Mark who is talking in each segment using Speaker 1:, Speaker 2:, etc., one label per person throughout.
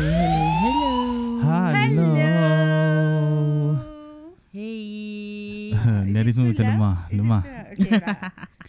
Speaker 1: lagi.
Speaker 2: Ha, dari tu macam lemah, lemah
Speaker 3: Okay lah.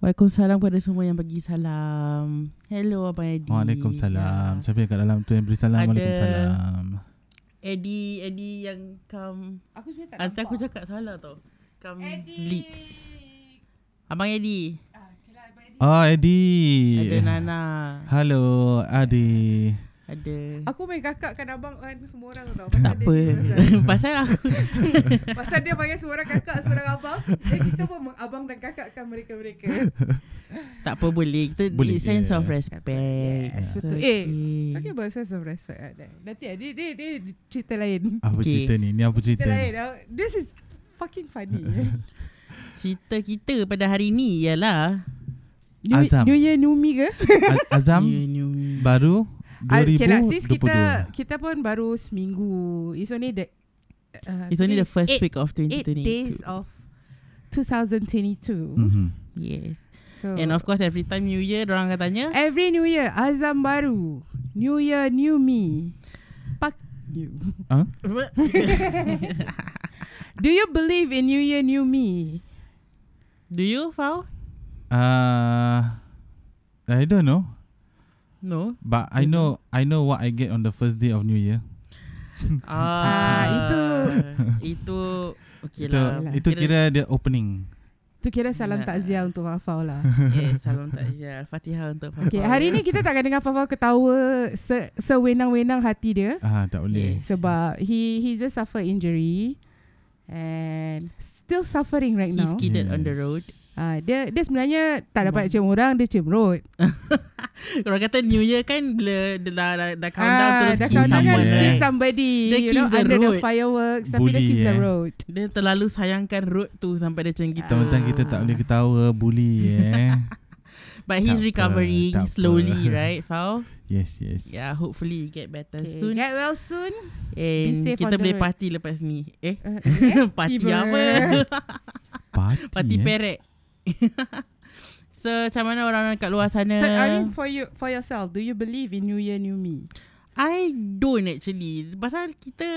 Speaker 1: Waalaikumsalam kepada semua yang bagi salam Hello Abang Edi
Speaker 2: Waalaikumsalam.
Speaker 1: Ya.
Speaker 2: Siapa yang kat dalam tu yang beri salam?
Speaker 1: Ada-
Speaker 2: Waalaikumsalam.
Speaker 1: Eddie Eddie yang come
Speaker 3: Aku sebenarnya tak
Speaker 1: Nanti
Speaker 3: nampak.
Speaker 1: aku cakap salah tau Come
Speaker 3: Eddie.
Speaker 1: Leeds Abang Eddie
Speaker 3: Ah, okay lah, Abang Eddie.
Speaker 2: Oh, Adi.
Speaker 1: Ada Nana
Speaker 2: Hello, Adi.
Speaker 1: Ada
Speaker 3: Aku main kakak kan abang kan semua orang tau.
Speaker 1: Tak apa Pasal aku
Speaker 3: Pasal dia panggil semua orang kakak, semua orang abang. Jadi kita pun mengabang dan kakakkan mereka-mereka.
Speaker 1: Tak apa boleh Kita boleh,
Speaker 2: Boleh
Speaker 1: sense
Speaker 2: je.
Speaker 1: of respect
Speaker 3: Yes,
Speaker 1: So,
Speaker 3: betul. Eh,
Speaker 1: okay.
Speaker 3: Okay, bahasa of respect lah. Dan- Nanti dia, dia, dia cerita lain.
Speaker 2: Apa
Speaker 1: Okay.
Speaker 2: cerita ni? Ni apa
Speaker 3: Cerita
Speaker 2: Ah, cerita?
Speaker 3: lain tau. This is fucking funny.
Speaker 1: Cerita kita pada hari ni ialah
Speaker 3: new,
Speaker 2: Azam.
Speaker 3: new Year, New Me ke?
Speaker 2: Az- Azam
Speaker 1: You knew me.
Speaker 2: baru
Speaker 3: Ah, okay lah, sis,
Speaker 2: 2022.
Speaker 3: kita, kita pun baru seminggu. It's only the... Uh,
Speaker 1: It's only the first
Speaker 3: eight,
Speaker 1: week of
Speaker 3: Eight days
Speaker 1: 2022
Speaker 3: of 2022.
Speaker 2: Mhm.
Speaker 1: Yes
Speaker 3: So,
Speaker 1: Hmm. And of course every time new year Orang akan tanya
Speaker 3: Every new year Azam baru New year new me Fuck you
Speaker 2: Huh?
Speaker 3: Do you believe in new year new me?
Speaker 1: Do you Fau?
Speaker 2: Uh, I don't know,
Speaker 1: No
Speaker 2: but I know I know what I get on the first day of New Year.
Speaker 3: Ah, itu-
Speaker 1: Itu Okay
Speaker 2: itu
Speaker 1: lah
Speaker 2: itu kira dia opening.
Speaker 3: Tu kira
Speaker 1: Nah.
Speaker 3: salam takziah untuk Fafau lah
Speaker 1: Yes salam takziah Fatihah untuk Fau
Speaker 3: Okay hari ni kita tak akan dengar Fafau ketawa se- Sewenang-wenang hati dia
Speaker 2: Ah, tak boleh.
Speaker 1: Yes.
Speaker 3: Sebab he he just suffer injury And still suffering right
Speaker 1: He
Speaker 3: now
Speaker 1: skidded on the
Speaker 2: Yes.
Speaker 1: road
Speaker 3: Ah, Dia dia sebenarnya tak dapat cium orang Dia cium road
Speaker 1: Orang kata New Year kan Bila dia dah, dah, dah countdown
Speaker 3: Ah,
Speaker 1: Terus
Speaker 3: dah
Speaker 1: kill
Speaker 3: countdown kan,
Speaker 1: someone
Speaker 2: Yeah.
Speaker 3: kiss
Speaker 1: right?
Speaker 3: somebody
Speaker 1: Dia
Speaker 3: You
Speaker 1: kiss
Speaker 3: know
Speaker 1: the
Speaker 3: under the
Speaker 1: road.
Speaker 3: fireworks Tapi dia
Speaker 2: Bully,
Speaker 3: kiss the
Speaker 2: eh.
Speaker 3: road
Speaker 1: Dia terlalu sayangkan road tu Sampai dia macam gitu
Speaker 2: Teman-teman kita tak boleh ketawa, bully eh.
Speaker 1: But he's
Speaker 2: Tak apa,
Speaker 1: recovering
Speaker 2: tak apa.
Speaker 1: slowly, right, Fau?
Speaker 2: yes, yes.
Speaker 1: Yeah, Ya, hopefully you get better
Speaker 3: Okay,
Speaker 1: okay, soon.
Speaker 3: Get well soon.
Speaker 1: And
Speaker 3: safe
Speaker 1: kita
Speaker 3: on the
Speaker 1: boleh
Speaker 3: road.
Speaker 1: party lepas ni. Eh,
Speaker 3: Uh,
Speaker 1: party
Speaker 3: tiba.
Speaker 1: apa?
Speaker 2: Party,
Speaker 1: party
Speaker 2: eh.
Speaker 1: perek. so, macam mana orang kat luar sana?
Speaker 3: so, I mean, for you, for yourself, do you believe in New Year, New Me?
Speaker 1: I don't actually. Pasal kita,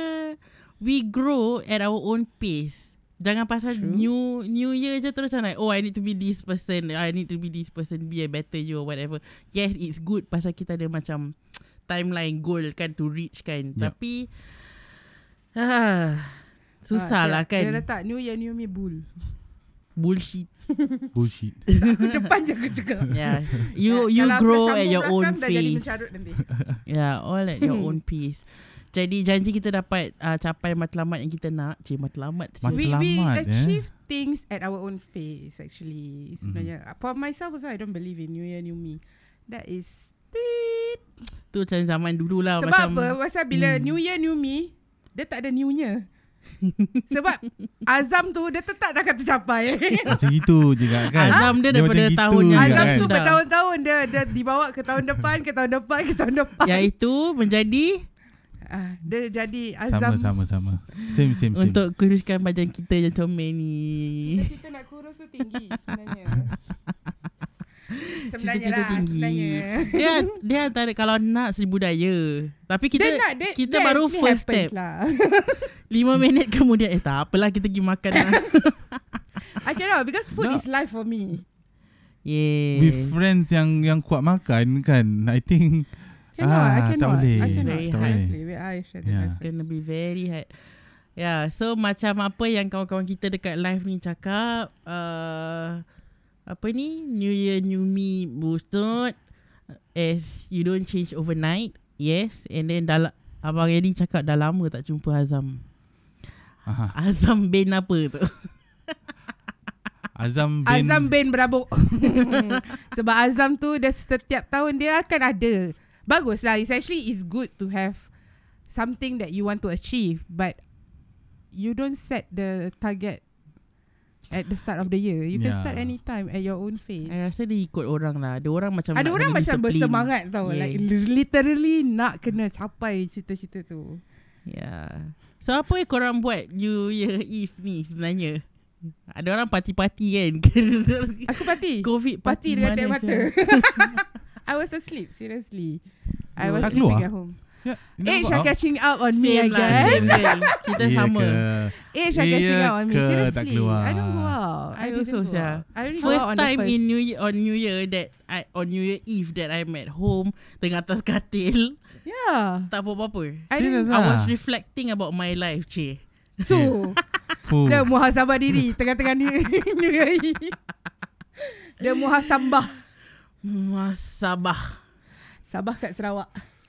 Speaker 1: we grow at our own pace. Jangan pasal
Speaker 3: True.
Speaker 1: new new year je terus macam like, oh I need to be this person, I need to be this person, be a better you or whatever. Yes, it's good pasal kita ada macam timeline goal kan to reach kan.
Speaker 2: Yup.
Speaker 1: Tapi, ah, susah lah
Speaker 3: Ah, dia,
Speaker 1: kan.
Speaker 3: Dia letak New Year, New Me bull.
Speaker 1: Bullshit.
Speaker 2: Bullshit.
Speaker 3: Aku depan je aku cakap.
Speaker 1: Yeah. You
Speaker 3: Ah,
Speaker 1: you
Speaker 3: kalau aku
Speaker 1: grow
Speaker 3: dah
Speaker 1: at
Speaker 3: sambung
Speaker 1: your
Speaker 3: belakang,
Speaker 1: own
Speaker 3: Dah jadi
Speaker 1: pace.
Speaker 3: mencarut nanti.
Speaker 1: Yeah, Ya, all at your own pace. Jadi janji kita dapat uh, capai matlamat yang kita nak. Cik, matlamat. tu.
Speaker 2: Mat-
Speaker 3: we we
Speaker 2: Matlamat, eh.
Speaker 3: achieve things at our own pace actually.
Speaker 1: Mm-hmm.
Speaker 3: Sebenarnya for myself also I don't believe in New Year, New Me. That is tit.
Speaker 1: Tu macam zaman dulu lah.
Speaker 3: Sebab
Speaker 1: macam,
Speaker 3: apa? Pasal bila hmm. New Year, New Me, dia tak ada new-nya. Sebab Azam tu dia tetap tak akan tercapai.
Speaker 2: macam itu juga kan.
Speaker 1: Azam dia
Speaker 2: macam
Speaker 1: daripada
Speaker 2: gitu
Speaker 1: tahun yang
Speaker 2: juga
Speaker 3: Azam
Speaker 1: kan?
Speaker 3: tu
Speaker 1: Dah.
Speaker 3: bertahun-tahun dia, dia dibawa ke tahun depan, ke tahun depan, ke tahun depan.
Speaker 1: Iaitu menjadi
Speaker 3: Ah, dia jadi
Speaker 2: Sama,
Speaker 3: Azam.
Speaker 2: sama, sama. Same, same, same.
Speaker 1: untuk kuruskan badan kita yang comel ni.
Speaker 3: Cita-cita nak kurus tu tinggi sebenarnya. sebenarnya
Speaker 1: Cita-cita
Speaker 3: lah,
Speaker 1: tinggi.
Speaker 3: sebenarnya.
Speaker 1: Dia dia antara kalau nak seribu daya. Tapi kita
Speaker 3: Dia nak, dia,
Speaker 1: kita
Speaker 3: dia
Speaker 1: baru
Speaker 3: actually
Speaker 1: first
Speaker 3: happens
Speaker 1: step. Lah.
Speaker 3: Lah.
Speaker 1: Lima minit kemudian eh tak apalah kita pergi makan lah.
Speaker 3: I cannot because food
Speaker 2: No.
Speaker 3: is life for me.
Speaker 2: With
Speaker 1: yeah.
Speaker 2: friends yang yang kuat makan kan, I think
Speaker 3: Cannot,
Speaker 2: Ah,
Speaker 3: I
Speaker 2: tak
Speaker 3: cannot.
Speaker 2: boleh.
Speaker 3: I cannot.
Speaker 1: Very
Speaker 2: Tak boleh.
Speaker 3: Honestly, wait, I should
Speaker 2: Yeah.
Speaker 3: yeah.
Speaker 1: Gonna be very hard. Yeah, so macam apa yang kawan-kawan kita dekat live ni cakap uh, apa ni new year new me boosted as you don't change overnight. Yes, and then dah la- Abang Eddie cakap dah lama tak jumpa Azam.
Speaker 2: Aha.
Speaker 1: Azam bin apa tu?
Speaker 2: Azam bin
Speaker 3: Azam bin berabuk Sebab Azam tu dia setiap tahun dia akan ada Bagus lah It's actually it's good to have Something that you want to achieve But You don't set the target At the start of the year You yeah. can
Speaker 2: Yeah.
Speaker 3: start anytime At your own pace
Speaker 1: I rasa dia ikut orang lah. Dia orang macam
Speaker 3: Ada
Speaker 1: nak
Speaker 3: orang
Speaker 1: kena
Speaker 3: macam
Speaker 1: disiplin.
Speaker 3: bersemangat tau yeah. Like literally Nak kena capai cita-cita tu
Speaker 1: Yeah. So apa yang korang buat New Year Eve ni sebenarnya? Ada orang parti-parti kan?
Speaker 3: Aku party
Speaker 1: Covid parti
Speaker 3: Party dengan
Speaker 1: mana
Speaker 3: teh mata
Speaker 1: sia?
Speaker 3: I was asleep Seriously I
Speaker 1: You
Speaker 3: was
Speaker 2: tak
Speaker 3: sleeping
Speaker 2: keluar?
Speaker 3: at home
Speaker 2: Ya,
Speaker 3: Age
Speaker 2: nampak
Speaker 3: are catching up on me I
Speaker 1: Same lah.
Speaker 3: guess
Speaker 1: Same girl. Kita
Speaker 2: Iya
Speaker 1: sama.
Speaker 2: ke?
Speaker 3: Age are
Speaker 2: Iya
Speaker 3: catching up on me
Speaker 2: ke tak
Speaker 3: Seriously
Speaker 2: keluar?
Speaker 3: I don't go out
Speaker 1: I
Speaker 3: didn't
Speaker 1: also
Speaker 3: go
Speaker 1: sia.
Speaker 3: out. I only go
Speaker 1: First
Speaker 3: out on the
Speaker 1: time
Speaker 3: first.
Speaker 1: in New Year on New Year that I on New Year Eve that I'm at home dengan atas katil
Speaker 3: Yeah
Speaker 1: tak buat apa-apa.
Speaker 3: I
Speaker 2: Serious
Speaker 3: didn't
Speaker 1: I was
Speaker 2: Ah.
Speaker 1: reflecting about my life, cik.
Speaker 3: So
Speaker 2: Full.
Speaker 3: Dia muhasabah diri Tengah-tengah ni New Year Eve. Dia muhasabah
Speaker 1: Masabah.
Speaker 3: Sabah kat Sarawak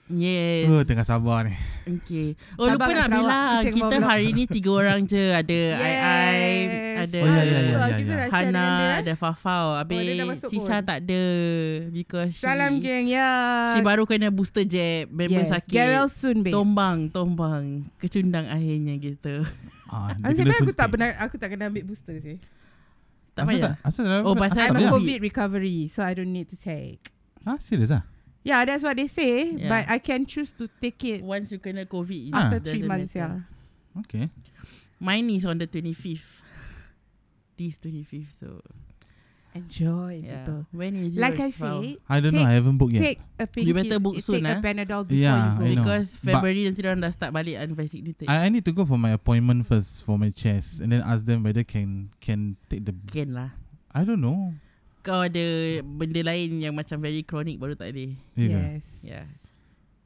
Speaker 1: Yes.
Speaker 2: Oh, tengah sabar ni.
Speaker 1: Okay. Oh,
Speaker 3: Sabar
Speaker 1: lupa
Speaker 3: kat
Speaker 1: nak
Speaker 3: Sarawak.
Speaker 1: bilang.
Speaker 3: Kucing
Speaker 1: Kita
Speaker 3: bawa blok.
Speaker 1: hari ni tiga orang je. Ada yes. I, I, ada
Speaker 2: Oh, ya, ya, ya, ya, ya.
Speaker 1: Hana, ada Fafau.
Speaker 3: dia dah
Speaker 1: Habis oh,
Speaker 3: masuk
Speaker 1: Tisha
Speaker 3: pun.
Speaker 1: tak ada. Because she,
Speaker 3: Salam geng ya.
Speaker 1: she baru kena booster jab. Memang
Speaker 3: yes.
Speaker 1: sakit.
Speaker 3: Get well soon babe.
Speaker 1: Tombang, tombang. Kecundang akhirnya gitu.
Speaker 2: Ah, dia
Speaker 3: Aku sebenarnya
Speaker 2: kena
Speaker 3: aku tak
Speaker 2: suntik.
Speaker 3: pernah aku tak kena ambil booster sih.
Speaker 1: Tak
Speaker 2: Asal
Speaker 1: payah.
Speaker 2: Asal tak?
Speaker 1: Oh, pasal
Speaker 3: I'm a
Speaker 2: asal tak
Speaker 1: payah.
Speaker 2: payah?
Speaker 3: COVID recovery so I don't need to take.
Speaker 2: Ha, serius ah?
Speaker 3: Yeah, that's what they say.
Speaker 1: Yeah.
Speaker 3: Yeah. But I can choose to take it
Speaker 1: Once you kena COVID, it
Speaker 2: Ah.
Speaker 3: after
Speaker 1: doesn't
Speaker 3: three months.
Speaker 1: matter.
Speaker 3: Yeah.
Speaker 2: Okay.
Speaker 1: Mine is on the 25th. This 25th, so
Speaker 3: Enjoy yeah. people.
Speaker 1: yeah. When is
Speaker 3: Eh, Like I
Speaker 1: yours, Fau?
Speaker 3: say,
Speaker 2: I don't know.
Speaker 3: Take-
Speaker 2: I haven't booked yet.
Speaker 3: take a painkiller.
Speaker 1: better book soon, eh.
Speaker 3: Take a Panadol before
Speaker 2: Yeah, I
Speaker 3: you go.
Speaker 2: know.
Speaker 1: Because
Speaker 2: But-
Speaker 1: February nanti orang dah start balik unvaccinated.
Speaker 2: I, I need to go for my appointment first for my chest and then ask them whether can can take the
Speaker 1: Can lah.
Speaker 2: I don't know.
Speaker 1: Kau ada benda lain yang macam very chronic baru tak ada.
Speaker 2: Yeah.
Speaker 3: Yes.
Speaker 1: Yeah.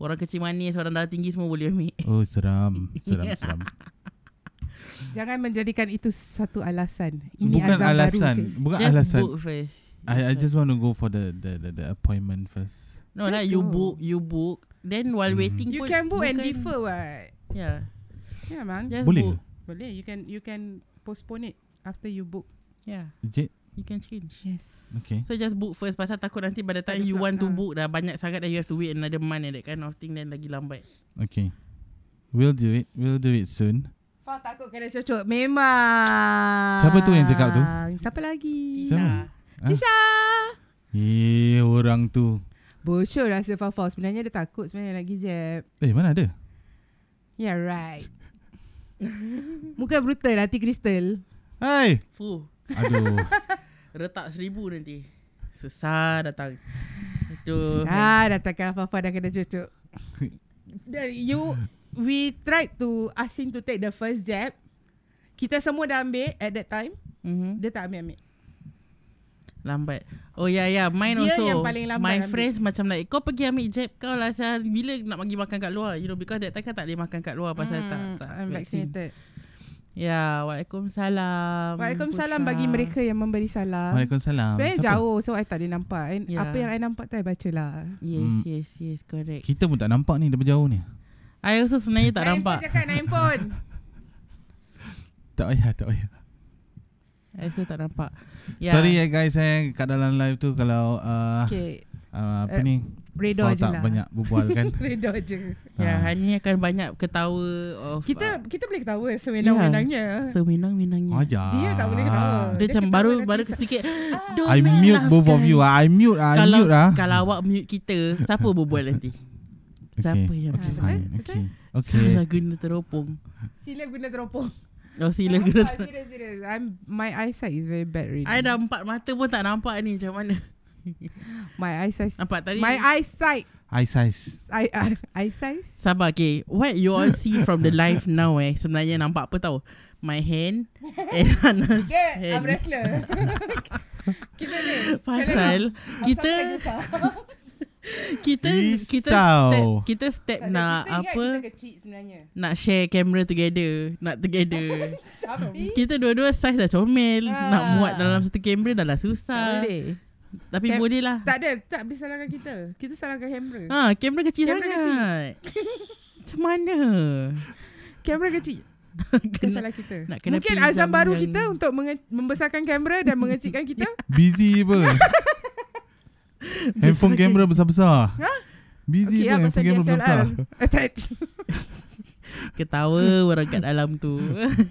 Speaker 1: Orang kecil manis, orang darah tinggi semua boleh ambil.
Speaker 2: Oh seram Seram seram
Speaker 3: Jangan menjadikan itu satu alasan. Ini
Speaker 2: Bukan
Speaker 3: azam
Speaker 2: alasan
Speaker 3: Baru, je.
Speaker 2: Bukan
Speaker 1: just
Speaker 2: alasan
Speaker 1: book first.
Speaker 2: I, I just want to go for the, the, the, the appointment first
Speaker 1: No
Speaker 3: Just
Speaker 1: lah, you
Speaker 3: go.
Speaker 1: book, you book. Then while
Speaker 2: Mhm.
Speaker 1: waiting
Speaker 3: you
Speaker 1: pun
Speaker 3: can book and
Speaker 1: bukan-
Speaker 3: defer what.
Speaker 1: Yeah.
Speaker 3: Yeah man.
Speaker 1: Just
Speaker 2: Boleh
Speaker 1: book.
Speaker 3: Boleh you can you can postpone it after you book.
Speaker 1: Yeah.
Speaker 2: J-
Speaker 1: You can change.
Speaker 3: Yes.
Speaker 2: Okay
Speaker 1: So just book first pasal takut nanti by the time
Speaker 3: Ada
Speaker 1: you
Speaker 3: slot,
Speaker 1: want to
Speaker 3: ah.
Speaker 1: book dah banyak sangat then you have to wait another month and that kind of thing then lagi lambat.
Speaker 2: Okay We'll do it We'll do it soon
Speaker 3: Kau takut kena cucuk Memang
Speaker 2: Siapa tu yang cakap tu?
Speaker 3: Siapa lagi?
Speaker 2: Siapa?
Speaker 1: Nah.
Speaker 2: Ah.
Speaker 3: Cisha
Speaker 2: Eh orang tu
Speaker 3: Bocor rasa Fafau Sebenarnya dia takut Sebenarnya lagi jab
Speaker 2: Eh mana ada
Speaker 3: Yeah right Muka brutal Hati kristal
Speaker 2: Hai
Speaker 1: Fuh.
Speaker 2: Aduh
Speaker 1: Retak seribu nanti Sesar datang Aduh
Speaker 3: Ah, datangkan Fafa dah kena cucuk. Dah, you we tried to ask him to take the first jab. Kita semua dah ambil at that time.
Speaker 1: mm-hmm.
Speaker 3: Dia tak ambil ambil.
Speaker 1: Lambat Oh ya yeah, ya yeah. Mine
Speaker 3: Dia
Speaker 1: also
Speaker 3: yang paling lambat
Speaker 1: My
Speaker 3: ambil.
Speaker 1: friends macam like Kau pergi ambil jab kau lah Syah. Bila nak pergi makan kat luar You know because that time kan tak boleh makan kat luar Pasal tak, tak
Speaker 3: Hmm, I'm vaccinated.
Speaker 1: Ya yeah, Waalaikumsalam
Speaker 3: Waalaikumsalam
Speaker 1: Pusha.
Speaker 3: bagi mereka yang memberi salam.
Speaker 2: Waalaikumsalam
Speaker 3: Sebenarnya
Speaker 2: Siapa?
Speaker 3: jauh so I tak boleh nampak. And
Speaker 1: Ya.
Speaker 3: Apa yang I nampak tu I baca lah.
Speaker 1: Yes
Speaker 2: Mm.
Speaker 1: yes yes correct
Speaker 2: Kita pun tak nampak ni Daripada jauh ni
Speaker 1: I also sebenarnya tak
Speaker 3: Naim
Speaker 1: nampak
Speaker 3: pun cakap naim pun.
Speaker 2: Tak payah Tak payah
Speaker 1: I also tak nampak
Speaker 2: yeah. Sorry ya guys eh Kat dalam live tu Kalau uh, okay.
Speaker 3: Okay.
Speaker 2: uh,
Speaker 3: Eh,
Speaker 2: Apa ni
Speaker 3: Redo
Speaker 2: Fau
Speaker 3: je
Speaker 2: tak
Speaker 3: lah.
Speaker 2: banyak berbual kan
Speaker 3: Redo je.
Speaker 1: Ya yeah,
Speaker 2: Ah.
Speaker 1: hari ni akan banyak ketawa of ah,
Speaker 3: Kita kita boleh ketawa sewenang-wenangnya.
Speaker 1: uh, Seminang-minangnya
Speaker 2: Ajar
Speaker 3: Dia tak boleh ketawa.
Speaker 1: Dia,
Speaker 3: Ah, Dia
Speaker 1: macam
Speaker 3: ketawa
Speaker 1: baru
Speaker 3: nanti Ah.
Speaker 1: baru
Speaker 3: macam,
Speaker 1: sikit Don't
Speaker 2: I
Speaker 1: laugh
Speaker 2: mute both of
Speaker 1: guys.
Speaker 2: you ah. I mute ah. I
Speaker 1: kalau,
Speaker 2: mute ah.
Speaker 1: Kalau awak mute kita Siapa berbual nanti siapa yang
Speaker 2: okay,
Speaker 3: berbual?
Speaker 2: fine.
Speaker 3: Betul?
Speaker 2: Okay. Okay.
Speaker 1: Sila guna teropong
Speaker 3: Sila guna teropong.
Speaker 1: Oh sila
Speaker 3: Tak
Speaker 1: guna
Speaker 3: nampak,
Speaker 1: teropong
Speaker 3: serious, serious. I'm my eyesight is very bad really.
Speaker 1: I dah empat mata pun tak nampak ni Macam mana
Speaker 3: My eyesight.
Speaker 1: Nampak tadi
Speaker 3: My eyesight.
Speaker 2: Eye size.
Speaker 3: I uh, eyesight.
Speaker 1: Sabar okay What you all see from the live now eh Sebenarnya nampak apa tau My hand And Hana's
Speaker 3: Dia
Speaker 1: hand
Speaker 3: I'm wrestler. Kita ni.
Speaker 1: Pasal Kita Kita Kita
Speaker 2: Risau.
Speaker 1: step Kita step nak Apa
Speaker 3: Kita kecil sebenarnya.
Speaker 1: Nak share camera together Nak together
Speaker 3: Tapi
Speaker 1: Kita dua-dua size dah comel
Speaker 3: Ah.
Speaker 1: Nak muat dalam satu kamera dah lah
Speaker 3: tak
Speaker 1: susah
Speaker 3: boleh.
Speaker 1: Tapi
Speaker 3: Cam-
Speaker 1: boleh lah
Speaker 3: Tak ada, tak boleh salahkan kita. Kita salahkan kamera.
Speaker 1: ha, Kamera kecil
Speaker 3: Kamera
Speaker 1: sangat Macam mana
Speaker 3: Kamera kecil. Bukan
Speaker 1: Kena,
Speaker 3: salah kita.
Speaker 1: nak kena
Speaker 3: Mungkin
Speaker 1: pinjam
Speaker 3: azam baru
Speaker 1: yang- Ya.
Speaker 3: kita untuk menge- membesarkan kamera dan mengecilkan kita.
Speaker 2: Busy apa? handphone kamera besar-besar.
Speaker 3: Ha?
Speaker 2: Busy
Speaker 3: Okey
Speaker 2: apa Eh,
Speaker 3: lah
Speaker 2: handphone
Speaker 3: pasal
Speaker 2: kamera besar-besar?
Speaker 3: DSLR. Attach.
Speaker 1: Ketawa orang kat dalam tu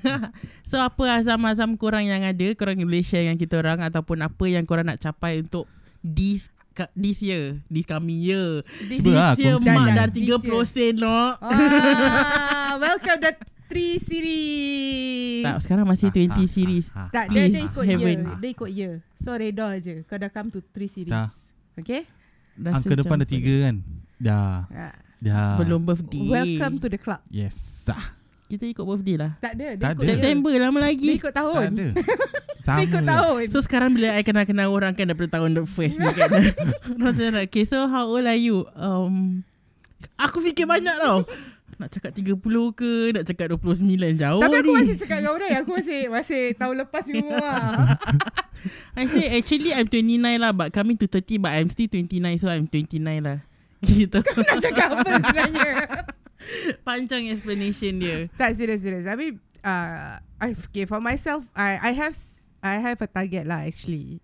Speaker 1: So apa azam-azam korang yang ada Korang boleh share dengan kita orang Ataupun apa yang korang nak capai untuk This ca- This year This coming year This,
Speaker 3: This
Speaker 2: Cuba lah,
Speaker 1: year
Speaker 2: kongsikan.
Speaker 1: mak dah 30
Speaker 3: This year. Oh,
Speaker 1: sen no.
Speaker 3: Ah, welcome the 3 series.
Speaker 1: Tak sekarang
Speaker 2: Ah,
Speaker 1: masih
Speaker 2: Ha,
Speaker 1: 20 series
Speaker 3: Tak, dia,
Speaker 1: Please,
Speaker 3: dia ikut
Speaker 1: heaven.
Speaker 3: year. Dia ikut year. So redor je. Kau dah come to 3 series.
Speaker 2: Dah.
Speaker 3: Okay?
Speaker 1: Rasa
Speaker 2: Angka
Speaker 1: macam
Speaker 2: depan ada tiga kan Dah
Speaker 3: Ah.
Speaker 2: Dah
Speaker 1: Belum birthday
Speaker 3: Welcome to the club.
Speaker 2: Yes ah,
Speaker 1: Kita ikut birthday lah
Speaker 3: Tak ada. Dia
Speaker 2: Tak
Speaker 3: ikut
Speaker 2: ada.
Speaker 3: year.
Speaker 1: September lama
Speaker 3: Dia
Speaker 1: lagi
Speaker 3: ikut
Speaker 2: Tak
Speaker 3: tahun.
Speaker 2: ada
Speaker 3: Dia
Speaker 2: Sama
Speaker 3: ikut
Speaker 2: je.
Speaker 3: tahun.
Speaker 1: So sekarang bila I kenal-kenal orang kan Daripada tahun the first ni kan Orang tanya Okay so how old are you um, Aku fikir banyak tau Nak cakap 30 ke Nak cakap 29 jauh
Speaker 3: Tapi aku
Speaker 1: ni
Speaker 3: masih cakap dengan orang yang aku masih masih tahun lepas ni semua.
Speaker 1: I say actually I'm 29 lah But coming to 30 But I'm still 29 So I'm 29 lah Gitu
Speaker 3: Nak cakap apa sebenarnya.
Speaker 1: Panjang explanation dia
Speaker 3: tak serious serious. I mean uh, I okay for myself I I have I have a target lah actually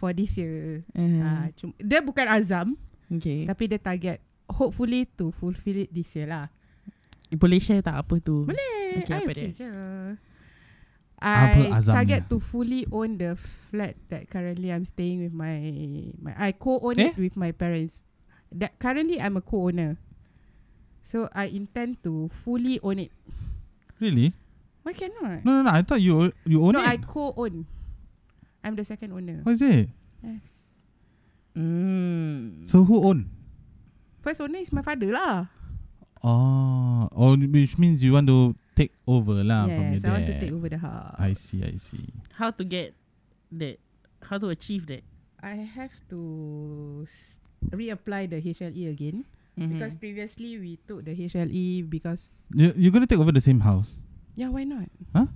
Speaker 3: for this year. Uh,
Speaker 1: uh,
Speaker 3: cuma, dia bukan azam
Speaker 1: Okay
Speaker 3: tapi dia target hopefully to fulfill it this year lah.
Speaker 1: Boleh share tak apa tu
Speaker 3: Boleh.
Speaker 1: Okay,
Speaker 3: I
Speaker 1: apa
Speaker 3: okay
Speaker 1: dia?
Speaker 3: je.
Speaker 2: Apa
Speaker 3: I
Speaker 2: azamnya?
Speaker 3: target to fully own the flat that currently I'm staying with my my I co-own
Speaker 2: Eh?
Speaker 3: it with my parents. That currently I'm a co-owner. So I intend to fully own it.
Speaker 2: Really?
Speaker 3: Why cannot?
Speaker 2: No no no I thought you you own
Speaker 3: no, I
Speaker 2: it
Speaker 3: co-own. I'm the second owner.
Speaker 2: What is it?
Speaker 3: Yes.
Speaker 1: Hmm.
Speaker 2: So who own?
Speaker 3: First owner is my father lah.
Speaker 2: Oh, oh, which means you want to take over lah from your
Speaker 3: yes,
Speaker 2: dad.
Speaker 3: I want to take over the house.
Speaker 2: I see, I see.
Speaker 1: How to get that How to achieve that
Speaker 3: I have to s- reapply the HLE again
Speaker 1: Mhm.
Speaker 3: because previously we took the HLE because
Speaker 2: You you gonna take over the same house?
Speaker 3: yeah, why not?
Speaker 2: Hmm,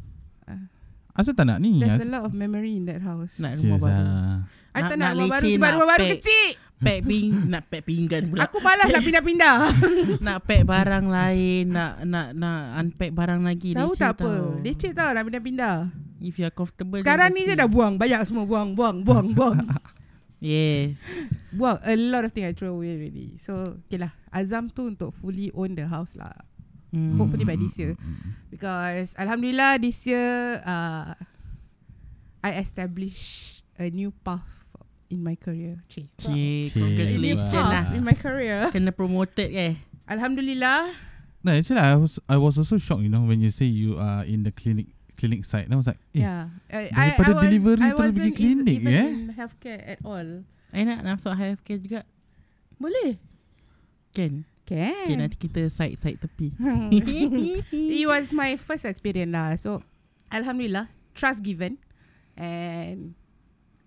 Speaker 2: Asal tak nak ni?
Speaker 3: There's
Speaker 2: Asal-
Speaker 3: a lot of memory in that house.
Speaker 1: Nak-
Speaker 3: Nak,
Speaker 1: rumah
Speaker 2: Serious
Speaker 1: baru.
Speaker 2: ah.
Speaker 3: I tak
Speaker 1: nak-
Speaker 3: nak,
Speaker 1: nak
Speaker 3: rumah baru
Speaker 1: leceh,
Speaker 3: sebab
Speaker 1: nak
Speaker 3: rumah baru
Speaker 1: pack.
Speaker 3: kecil.
Speaker 1: Pack ping Nak pack pinggan pula
Speaker 3: Aku malas nak pindah-pindah.
Speaker 1: Nak pack barang lain Nak nak nak unpack barang lagi
Speaker 3: tahu
Speaker 1: Leceh
Speaker 3: tak apa. Leceh tau nak pindah-pindah.
Speaker 1: If you're comfortable
Speaker 3: Sekarang ni
Speaker 1: just
Speaker 3: je
Speaker 1: stay.
Speaker 3: dah buang. Banyak semua buang, buang, buang, buang.
Speaker 1: Yes
Speaker 3: buang. A lot of thing I throw away already. So, okay lah. Azam tu untuk fully own the house lah.
Speaker 1: Hmm.
Speaker 3: Hopefully by
Speaker 2: Mm,
Speaker 3: this year. Because Alhamdulillah this year, uh, I establish a new path in my career. Cik.
Speaker 1: Cik
Speaker 3: A
Speaker 2: Cik.
Speaker 3: new
Speaker 1: Congratulations lah
Speaker 3: path in my career.
Speaker 1: Kena promoted eh
Speaker 3: Alhamdulillah.
Speaker 2: No, actually, I was I was also shocked, you know, when you say you are in the clinic clinic side. And I was like, eh,
Speaker 3: Yeah. I,
Speaker 2: daripada delivery terus
Speaker 3: wasn't
Speaker 2: pergi
Speaker 3: in-
Speaker 2: klinik,
Speaker 3: even
Speaker 2: eh?
Speaker 3: in healthcare at all.
Speaker 1: I nak masuk HFK juga
Speaker 3: Boleh.
Speaker 1: Kan
Speaker 3: Can.
Speaker 1: Okay nanti kita side-side tepi
Speaker 3: It was my first experience lah. So, Alhamdulillah, trust given. And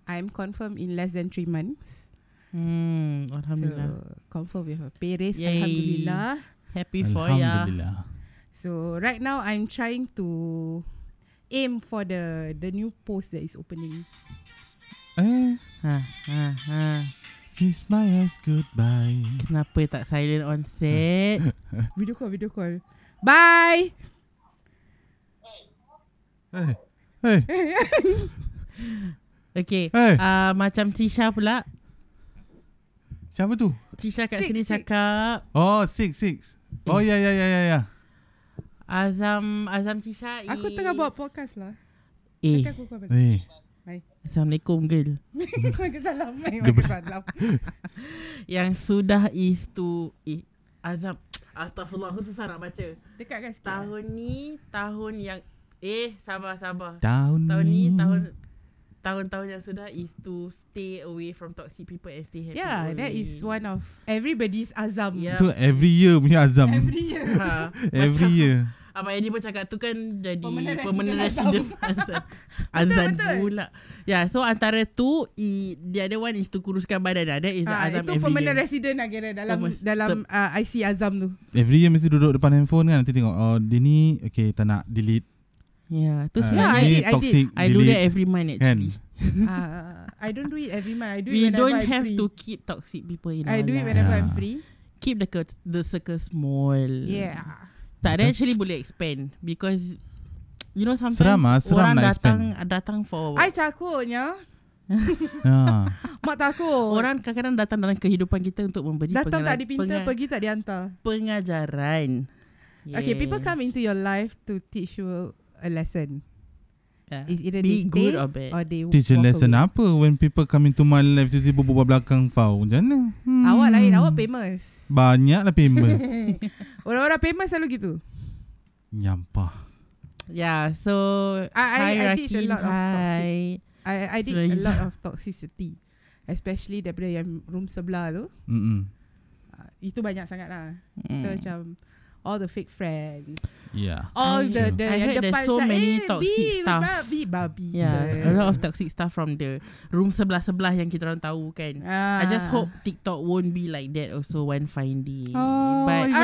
Speaker 3: I'm confirmed in less than three months.
Speaker 1: Hmm, Alhamdulillah
Speaker 3: So, confirmed with a pay raise.
Speaker 1: Yay.
Speaker 3: Alhamdulillah.
Speaker 1: Happy for ya
Speaker 2: Alhamdulillah.
Speaker 3: So, right now, I'm trying to aim for the the new post that is opening.
Speaker 2: Eh,
Speaker 1: ha, ha, ha.
Speaker 2: kiss my ass goodbye.
Speaker 1: Kenapa tak silent on set
Speaker 3: Video call, video call. Bye!
Speaker 2: Hey, hey,
Speaker 1: Okay
Speaker 2: Hey.
Speaker 1: uh, Macam Tisha pula
Speaker 2: siapa tu?
Speaker 1: Tisha kat
Speaker 3: Sik,
Speaker 1: sini
Speaker 3: sik.
Speaker 1: cakap
Speaker 2: Oh, six six. Oh yeah yeah yeah yeah yeah.
Speaker 1: Azam Azam Tisha is-
Speaker 3: Aku tengah buat podcast lah.
Speaker 1: Eh
Speaker 3: Nanti aku call balik.
Speaker 2: Hey,
Speaker 1: Assalamualaikum girl
Speaker 3: Waalaikumsalam.
Speaker 2: ber-
Speaker 3: Waalaikumsalam.
Speaker 1: Yang sudah is to Eh Azam Astaghfirullah Aku susah nak baca
Speaker 3: Dekat kan sikit.
Speaker 1: Tahun ni Tahun yang Eh sabar sabar
Speaker 2: tahun,
Speaker 1: Tahun ni Tahun Tahun-tahun yang sudah Is to stay away from toxic people And stay happy
Speaker 3: Yeah,
Speaker 1: only.
Speaker 3: that is one of everybody's azam.
Speaker 1: Yeah.
Speaker 2: Tu every year punya azam.
Speaker 3: Every
Speaker 2: Every,
Speaker 3: year.
Speaker 1: ha,
Speaker 2: every
Speaker 1: macam
Speaker 2: year.
Speaker 1: Abang Eddie pun cakap tu kan jadi
Speaker 3: Permanent
Speaker 1: permanent resident
Speaker 3: resident
Speaker 1: Azan. Azan
Speaker 3: betul.
Speaker 1: pula. Ya, yeah, so antara tu i, the other one is to kuruskan badan. Ada is the
Speaker 3: Ah,
Speaker 1: Azam
Speaker 3: itu
Speaker 1: every
Speaker 3: permanent
Speaker 1: year.
Speaker 3: resident lah kira dalam
Speaker 1: Permas-
Speaker 3: dalam uh, IC azam tu.
Speaker 2: Every year mesti duduk depan handphone kan nanti tengok oh dia ni okay tak nak delete.
Speaker 1: Yeah, Ya, tu
Speaker 2: Ah,
Speaker 1: sebenarnya
Speaker 3: I
Speaker 2: ni
Speaker 3: did, I did.
Speaker 2: toxic,
Speaker 1: I do that every month
Speaker 2: kan.
Speaker 1: actually.
Speaker 3: Ah, I don't do it every month. I do
Speaker 1: We
Speaker 3: it whenever
Speaker 1: don't
Speaker 3: I'm
Speaker 1: have
Speaker 3: free.
Speaker 1: to keep toxic people in our
Speaker 3: I do it
Speaker 1: life.
Speaker 3: whenever I'm
Speaker 2: Yeah.
Speaker 3: free.
Speaker 1: Keep the cur- the circle small.
Speaker 3: Yeah.
Speaker 1: Tak ada actually boleh expand because you know sometimes
Speaker 2: Seram ah, seram
Speaker 1: orang
Speaker 2: nak
Speaker 1: datang datang for
Speaker 3: I cakutnya.
Speaker 2: Ha.
Speaker 3: Mak takut.
Speaker 1: orang kadang-kadang datang dalam kehidupan kita untuk memberi
Speaker 3: datang tak
Speaker 1: pengala-
Speaker 3: dipinta,
Speaker 1: penga-
Speaker 3: pergi tak dihantar.
Speaker 1: pengajaran. Yes.
Speaker 3: Okay, people come into your life to teach you a lesson.
Speaker 1: yeah.
Speaker 3: It's either
Speaker 1: Be
Speaker 3: they
Speaker 1: good
Speaker 3: stay
Speaker 1: or bad.
Speaker 3: or they
Speaker 2: Teach a
Speaker 3: walk
Speaker 2: lesson
Speaker 3: away.
Speaker 2: apa When people come into my life Tiba-tiba berbual belakang kau Macam mana hmm.
Speaker 3: Awak lain, awak famous.
Speaker 2: Banyaklah famous
Speaker 3: Orang-orang famous selalu gitu.
Speaker 2: Nyampah
Speaker 1: yeah, so
Speaker 3: I- I-
Speaker 1: hi
Speaker 3: I teach a
Speaker 1: Rakin,
Speaker 3: lot of
Speaker 1: hi.
Speaker 3: I I did a
Speaker 1: Selalu.
Speaker 3: lot of toxicity. Especially daripada yang room sebelah tu.
Speaker 2: Mm-mm.
Speaker 3: Uh, itu banyak sangat lah.
Speaker 1: Mm.
Speaker 3: So macam all the fake friends.
Speaker 2: Yeah
Speaker 1: I-
Speaker 3: All the, the
Speaker 1: I
Speaker 3: yang
Speaker 1: heard there's
Speaker 3: depan
Speaker 1: so
Speaker 3: macam,
Speaker 1: many
Speaker 3: eh,
Speaker 1: toxic
Speaker 3: B,
Speaker 1: stuff."
Speaker 3: Babi, babi.
Speaker 1: Yeah, a lot of toxic stuff from the room sebelah-sebelah yang kita orang tahu kan.
Speaker 3: Ah.
Speaker 1: I just hope TikTok won't be like that also one fine day.
Speaker 2: Oh,
Speaker 1: but
Speaker 3: I- I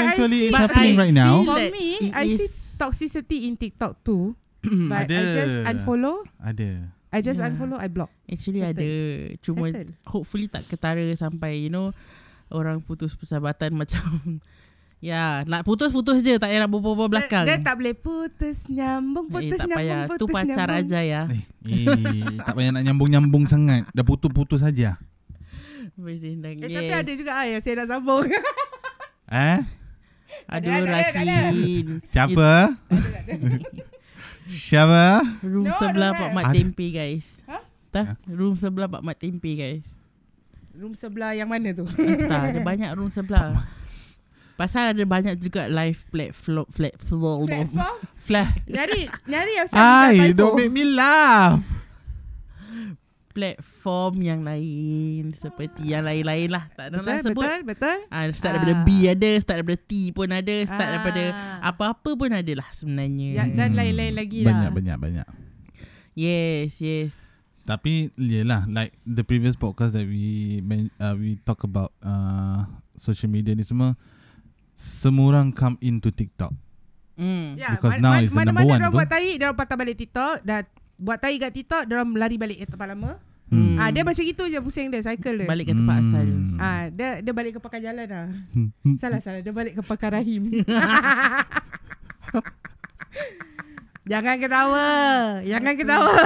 Speaker 3: see-
Speaker 2: eventually it's
Speaker 3: but
Speaker 2: happening
Speaker 1: I
Speaker 2: right now.
Speaker 1: feel
Speaker 3: For
Speaker 1: that
Speaker 3: me,
Speaker 1: it
Speaker 3: I see
Speaker 1: is-
Speaker 3: toxicity in TikTok too. but I
Speaker 2: Ada.
Speaker 3: just unfollow.
Speaker 2: Ada.
Speaker 3: I just
Speaker 1: Yeah.
Speaker 3: unfollow, I block.
Speaker 1: Actually
Speaker 3: Settle.
Speaker 1: ada Cuma
Speaker 3: Settle.
Speaker 1: hopefully tak ketara sampai you know Orang putus persahabatan macam Ya nak putus-putus je tak payah nak berbual belakang
Speaker 3: Dia, dia tak boleh putus nyambung,
Speaker 1: eh,
Speaker 3: putus
Speaker 1: tak
Speaker 3: nyambung,
Speaker 1: payah
Speaker 3: putus
Speaker 1: Tu pacar
Speaker 3: nyambung.
Speaker 1: aja ya
Speaker 2: Eh, eh, tak payah nak nyambung-nyambung sangat. Dah putus-putus saja.
Speaker 1: Berdendang
Speaker 3: Eh,
Speaker 1: yes.
Speaker 3: Tapi ada juga lah yang saya nak sambung.
Speaker 2: Eh?
Speaker 1: Aduh
Speaker 3: Tak ada, tak ada, tak ada.
Speaker 1: Rakin
Speaker 2: Siapa? Siapa?
Speaker 1: Room
Speaker 3: No,
Speaker 1: sebelah
Speaker 3: don't
Speaker 1: Pak
Speaker 3: have.
Speaker 1: Mat
Speaker 2: Ada.
Speaker 1: Tempe guys
Speaker 3: Hah?
Speaker 1: Tak, room sebelah Pak Mat Tempe guys
Speaker 3: Room sebelah yang mana tu?
Speaker 1: Tak, ada banyak room sebelah Pasal ada banyak juga live platform Platform
Speaker 3: Platform?
Speaker 1: Flat
Speaker 3: Nyari, nyari yang saya
Speaker 2: Ay,
Speaker 3: bukan
Speaker 2: don't
Speaker 3: typo.
Speaker 2: make me laugh.
Speaker 1: platform yang lain seperti yang lain-lain lah tak nak
Speaker 3: Betul,
Speaker 1: lah sebut
Speaker 3: betul, betul.
Speaker 1: Ah, start daripada
Speaker 3: Ah.
Speaker 1: B ada, start daripada T pun ada, start
Speaker 3: Ah.
Speaker 1: daripada apa-apa pun ada lah sebenarnya.
Speaker 3: Ya, dan lain-lain lagi lah.
Speaker 2: Banyak-banyak banyak.
Speaker 1: Yes, yes.
Speaker 2: Tapi yelah like the previous podcast that we men- uh, we talk about uh, social media ni semua semua orang come into TikTok.
Speaker 3: Ya.
Speaker 1: Mm.
Speaker 2: Because now is the number one,
Speaker 3: Mana-mana
Speaker 2: apa?
Speaker 3: buat tahi, dia patah balik TikTok. Dah buat tahi kat TikTok, dia lari balik ke tempat lama.
Speaker 1: Hmm.
Speaker 3: Ah, dia macam itu je pusing dia, cycle dia.
Speaker 1: Balik ke tempat
Speaker 2: Hmm.
Speaker 1: asal.
Speaker 3: Ah, dia dia balik ke pakar jalan lah. salah salah, dia balik ke pakar rahim. Jangan ketawa. Jangan ketawa.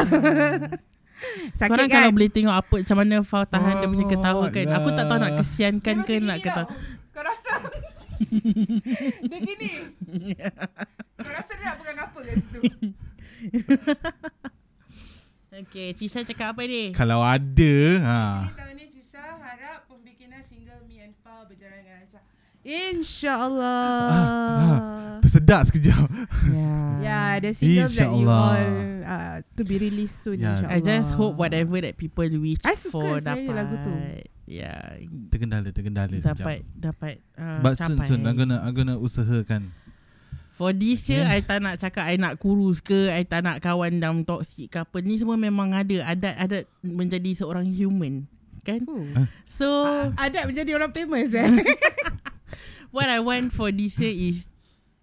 Speaker 3: Sakit
Speaker 1: Hmm. Korang
Speaker 3: kan? Oh.
Speaker 1: kalau boleh tengok apa macam mana Fau tahan dia punya ketawa kan. Aku tak tahu nak
Speaker 2: Allah.
Speaker 1: kesiankan
Speaker 3: Dia
Speaker 1: ke
Speaker 3: macam
Speaker 1: nak
Speaker 3: gini tau.
Speaker 1: ketawa.
Speaker 3: Kau rasa? dia gini. Kau rasa dia nak pegang apa kat situ?
Speaker 1: Okay, Cisa cakap apa ni?
Speaker 2: Kalau ada, ha.
Speaker 3: Jadi tahun ni Cisa harap pembikinan single Me and Fau berjalan dengan lancar. InsyaAllah.
Speaker 2: Ah, Tersedak sekejap.
Speaker 3: Ya, yeah, the single that you
Speaker 2: InsyaAllah.
Speaker 3: all uh, to be released soon
Speaker 2: Ya.
Speaker 3: yeah. insyaAllah.
Speaker 1: I just hope whatever that people wish
Speaker 3: I suka
Speaker 1: for
Speaker 3: sebenarnya
Speaker 1: dapat.
Speaker 3: lagu tu.
Speaker 1: Yeah,
Speaker 2: Terkendala, terkendala
Speaker 1: dapat
Speaker 2: sekejap.
Speaker 1: dapat uh,
Speaker 2: But soon,
Speaker 1: capai.
Speaker 2: soon, I'm gonna, I'm gonna usahakan.
Speaker 1: For this year I
Speaker 2: Yeah.
Speaker 1: tak nak cakap I nak kurus ke I tak nak kawan dalam toxic ke apa Ni semua memang ada Adat-adat menjadi seorang human Kan
Speaker 2: Eh.
Speaker 3: Hmm.
Speaker 1: So
Speaker 3: Adat menjadi orang famous eh.
Speaker 1: What I want for this year is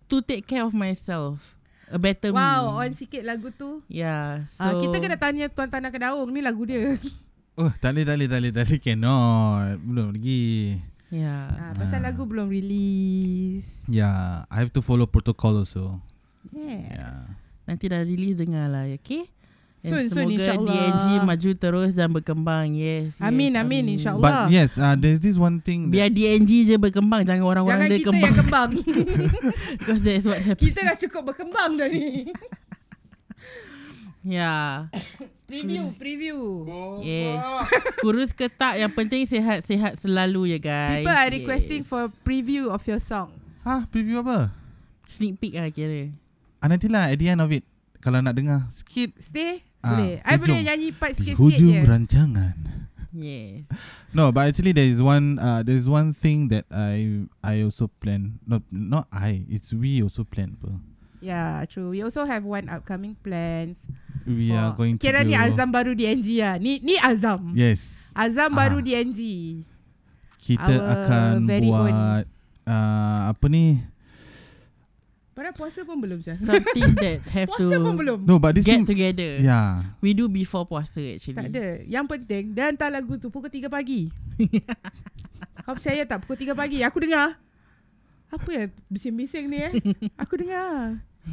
Speaker 1: To take care of myself A better
Speaker 3: wow,
Speaker 1: me
Speaker 3: on sikit lagu tu.
Speaker 1: Yeah
Speaker 3: So,
Speaker 1: Ya, so,
Speaker 3: uh, kita kena tanya Tuan Tanah Kedaung ni lagu dia.
Speaker 2: Oh, tak boleh, tak boleh, tak boleh, tak boleh. Cannot. Belum lagi.
Speaker 1: Yeah
Speaker 3: Uh, pasal
Speaker 2: Ah.
Speaker 3: lagu belum release.
Speaker 2: Ya. Yeah, I have to follow protocol also. Ya.
Speaker 3: Yeah.
Speaker 2: Yeah.
Speaker 1: Nanti dah release dengar lah Okay
Speaker 3: Soon, soon,
Speaker 1: semoga
Speaker 3: insyaAllah.
Speaker 1: DNG maju terus dan berkembang Yes, yes
Speaker 3: Amin, amin, insyaAllah.
Speaker 2: But yes, uh, there's this one thing.
Speaker 1: Biar DNG je berkembang Jangan orang-orang
Speaker 3: Jangan
Speaker 1: dia
Speaker 3: kita
Speaker 1: kembang
Speaker 3: yang kembang.
Speaker 1: Because that's what happens
Speaker 3: kita dah cukup berkembang dah ni.
Speaker 1: Yeah
Speaker 3: Preview, preview.
Speaker 1: Ya, Yes. Kurus ke tak yang penting sihat-sihat selalu ya guys.
Speaker 3: People are
Speaker 1: Yes.
Speaker 3: requesting for preview of your song.
Speaker 2: Ha, preview apa?
Speaker 1: sneak peek lah kira.
Speaker 2: Ah, nantilah at the end of it. Kalau nak dengar sikit.
Speaker 3: Stay?
Speaker 2: Ah,
Speaker 3: boleh. I
Speaker 2: hujung.
Speaker 3: boleh nyanyi part
Speaker 2: Di
Speaker 3: sikit-sikit
Speaker 2: hujung
Speaker 3: je.
Speaker 2: rancangan.
Speaker 1: Yes.
Speaker 2: No, but actually there is one uh, there is one thing that I I also plan. Not not I, it's we also plan. apa.
Speaker 3: Yeah, Ya, true. We also have one upcoming plans.
Speaker 2: We are
Speaker 3: for-
Speaker 2: going to
Speaker 3: Oh, Kira
Speaker 2: do,
Speaker 3: ni Azam baru DNG lah. Ni ni Azam.
Speaker 2: Yes.
Speaker 3: Azam
Speaker 2: Ah.
Speaker 3: baru DNG.
Speaker 2: Kita
Speaker 3: Our
Speaker 2: akan
Speaker 3: very own.
Speaker 2: buat uh, apa ni?
Speaker 3: Padahal puasa pun belum Syah.
Speaker 1: Something that have to
Speaker 3: Puasa pun belum.
Speaker 2: No, but this
Speaker 1: get
Speaker 2: thing Ya.
Speaker 1: together.
Speaker 2: Yeah.
Speaker 1: We do before puasa actually.
Speaker 3: Tak ada. Yang penting dia hantar lagu tu pukul 3 pagi. Kau percaya tak pukul 3 pagi aku dengar. Apa yang bising-bising ni eh? Aku dengar.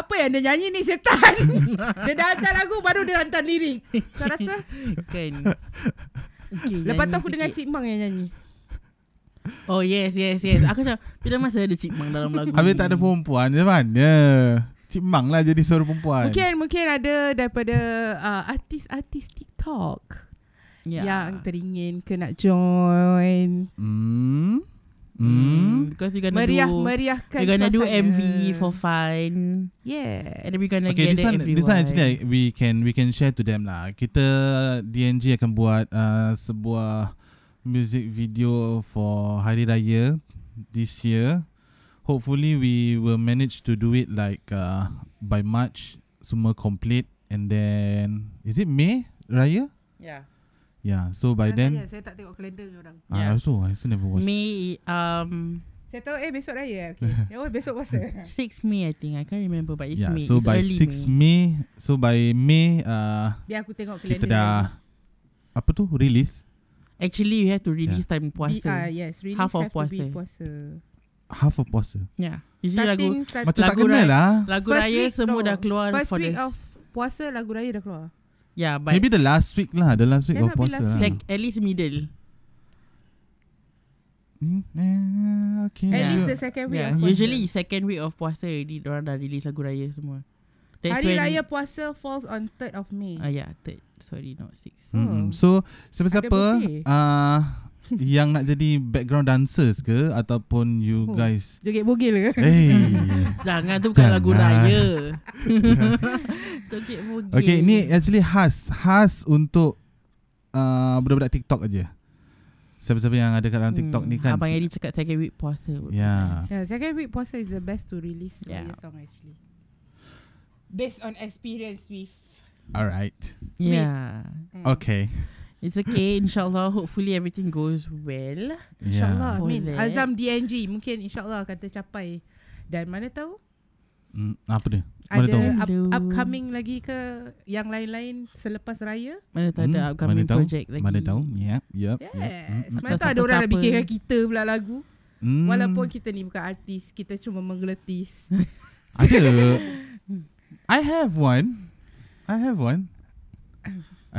Speaker 3: Apa yang dia nyanyi ni setan? dia dah hantar lagu baru dia hantar lirik. Kau rasa?
Speaker 1: kan. Okay,
Speaker 3: Lepas
Speaker 1: nyanyi
Speaker 3: tu aku dengar
Speaker 1: sikit. Kan.
Speaker 3: Cik Mang yang nyanyi.
Speaker 1: Oh yes yes yes Aku macam Bila masa ada Cipmang dalam lagu
Speaker 2: Habis
Speaker 1: ni?
Speaker 2: tak ada perempuan Macam mana Cik Mang lah jadi suara perempuan
Speaker 3: Mungkin mungkin ada daripada uh, artis-artis TikTok
Speaker 1: Ya.
Speaker 3: yeah. yang teringin ke nak join.
Speaker 2: Hmm
Speaker 1: Hmm,
Speaker 2: Hmm
Speaker 1: Because we're gonna
Speaker 3: Meriah
Speaker 1: do
Speaker 3: meriahkan
Speaker 1: We're gonna
Speaker 3: suasana.
Speaker 1: do MV for fun And
Speaker 3: yeah.
Speaker 1: then we're gonna
Speaker 2: Okay this
Speaker 1: gather
Speaker 2: one
Speaker 1: everyone
Speaker 2: This one actually I- We can We can share to them lah Kita DNG akan buat uh, Sebuah Music video For Hari Raya This year Hopefully we will manage to do it like uh, By March Semua complete And then Is it May Raya?
Speaker 1: Yeah
Speaker 2: Yeah So by then
Speaker 3: saya tak tengok kalender orang.
Speaker 1: Yeah.
Speaker 2: yeah. I also I still never watch
Speaker 1: May um
Speaker 3: Saya tahu eh besok raya eh. okay. Oh besok puasa.
Speaker 1: 6 May I think I can't remember but it's
Speaker 2: yeah,
Speaker 1: May
Speaker 2: so
Speaker 1: it's
Speaker 2: by
Speaker 1: early
Speaker 2: 6 May.
Speaker 1: May.
Speaker 2: so by May uh,
Speaker 3: Biar aku tengok kalender.
Speaker 2: kita dah apa tu release
Speaker 1: Actually we have to release time
Speaker 3: puasa. Uh,
Speaker 1: puasa
Speaker 3: yes, really
Speaker 1: Half
Speaker 3: Half
Speaker 1: of
Speaker 3: have puasa. to be
Speaker 1: puasa.
Speaker 3: puasa.
Speaker 2: half of puasa.
Speaker 1: Yeah Usually lagu
Speaker 3: start,
Speaker 2: Macam tak
Speaker 1: Lagu
Speaker 2: kenal
Speaker 1: raya.
Speaker 2: lah.
Speaker 1: Lagu
Speaker 3: First
Speaker 1: raya
Speaker 3: week,
Speaker 1: semua
Speaker 3: no.
Speaker 1: dah keluar
Speaker 3: first
Speaker 1: for
Speaker 3: week
Speaker 1: this
Speaker 3: of puasa lagu raya dah keluar.
Speaker 1: Yeah but
Speaker 2: Maybe the last week lah, the last week
Speaker 3: Cannot
Speaker 2: of
Speaker 3: be
Speaker 2: puasa
Speaker 3: last
Speaker 2: lah.
Speaker 1: sec- At least middle
Speaker 2: Hmm, eh, okay.
Speaker 3: At
Speaker 1: Yeah.
Speaker 3: least the second week
Speaker 1: yeah.
Speaker 3: of puasa.
Speaker 1: Ya. Usually second week of puasa already Diorang dah release lagu raya semua That's
Speaker 3: Hari
Speaker 1: when,
Speaker 3: Raya Puasa falls on 3rd of May.
Speaker 1: Ah uh, yeah third Sorry not six
Speaker 2: Mm-mm. Mm, So siapa-siapa
Speaker 3: Ada birthday.
Speaker 2: uh, yang nak jadi background dancers ke ataupun you
Speaker 3: Oh.
Speaker 2: guys
Speaker 3: Joget bogel ke?
Speaker 2: Hey.
Speaker 1: Jangan tu bukan
Speaker 2: Jangan.
Speaker 1: lagu raya Joget bogel
Speaker 2: okay, ni eh, actually khas khas untuk uh, budak-budak TikTok aja. Siapa-siapa yang ada kat dalam TikTok
Speaker 3: Hmm,
Speaker 2: ni kan. Ya,
Speaker 1: Abang Eri cakap second week puasa would be
Speaker 2: Yeah.
Speaker 1: nice.
Speaker 3: Yeah, second week puasa is the best to release
Speaker 1: Yeah.
Speaker 3: Raya song actually. Based on experience with
Speaker 2: Alright.
Speaker 1: Yeah
Speaker 2: Okay.
Speaker 1: It's okay InsyaAllah Hopefully everything goes well
Speaker 2: Ya.
Speaker 3: InsyaAllah
Speaker 1: Yeah.
Speaker 3: yeah. Amin
Speaker 1: Boleh.
Speaker 3: Azam DNG Mungkin insyaAllah kata capai Dan mana tahu
Speaker 2: Hmm, apa dia? Mana tahu?
Speaker 3: Ada up,
Speaker 1: Aduh.
Speaker 3: upcoming lagi ke Yang lain-lain Selepas raya
Speaker 1: Mana tahu ada
Speaker 2: Hmm,
Speaker 1: upcoming
Speaker 2: mana tahu?
Speaker 1: project lagi
Speaker 2: Mana tahu? Yep, yep.
Speaker 3: Yes
Speaker 2: yep. Mm, mm.
Speaker 3: Mana
Speaker 1: Atau
Speaker 3: tahu ada orang dah
Speaker 1: Ya, siapa-siapa.
Speaker 3: fikirkan kita pula lagu
Speaker 2: Hmm.
Speaker 3: Walaupun kita ni bukan artis Kita cuma menggeletis
Speaker 2: ada. I have one. I have one.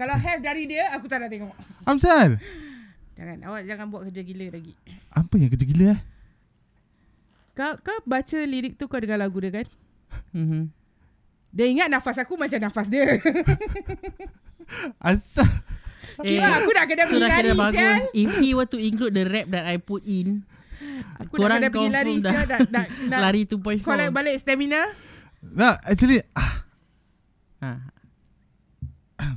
Speaker 3: Kalau have dari dia Aku tak nak tengok
Speaker 2: Amsal.
Speaker 3: Jangan Awak jangan buat kerja gila lagi
Speaker 2: Apa yang kerja gila eh?
Speaker 3: Kau, kau baca lirik tu Kau dengar lagu dia kan
Speaker 1: Mhm.
Speaker 3: Dia ingat nafas aku Macam nafas dia
Speaker 2: Asal.
Speaker 1: Eh,
Speaker 3: Kira aku nak kena kan?
Speaker 1: tu
Speaker 3: pergi
Speaker 1: dah
Speaker 3: lari
Speaker 1: kena
Speaker 3: sial
Speaker 1: bagus If he were to include the rap That I put in
Speaker 3: Aku
Speaker 1: Korang
Speaker 3: nak kena pergi
Speaker 1: confirm
Speaker 3: lari
Speaker 1: dah
Speaker 3: sial Nak, nak, nak
Speaker 1: Lari 2.4
Speaker 3: collect balik stamina
Speaker 2: No, actually. Ah,
Speaker 1: ha.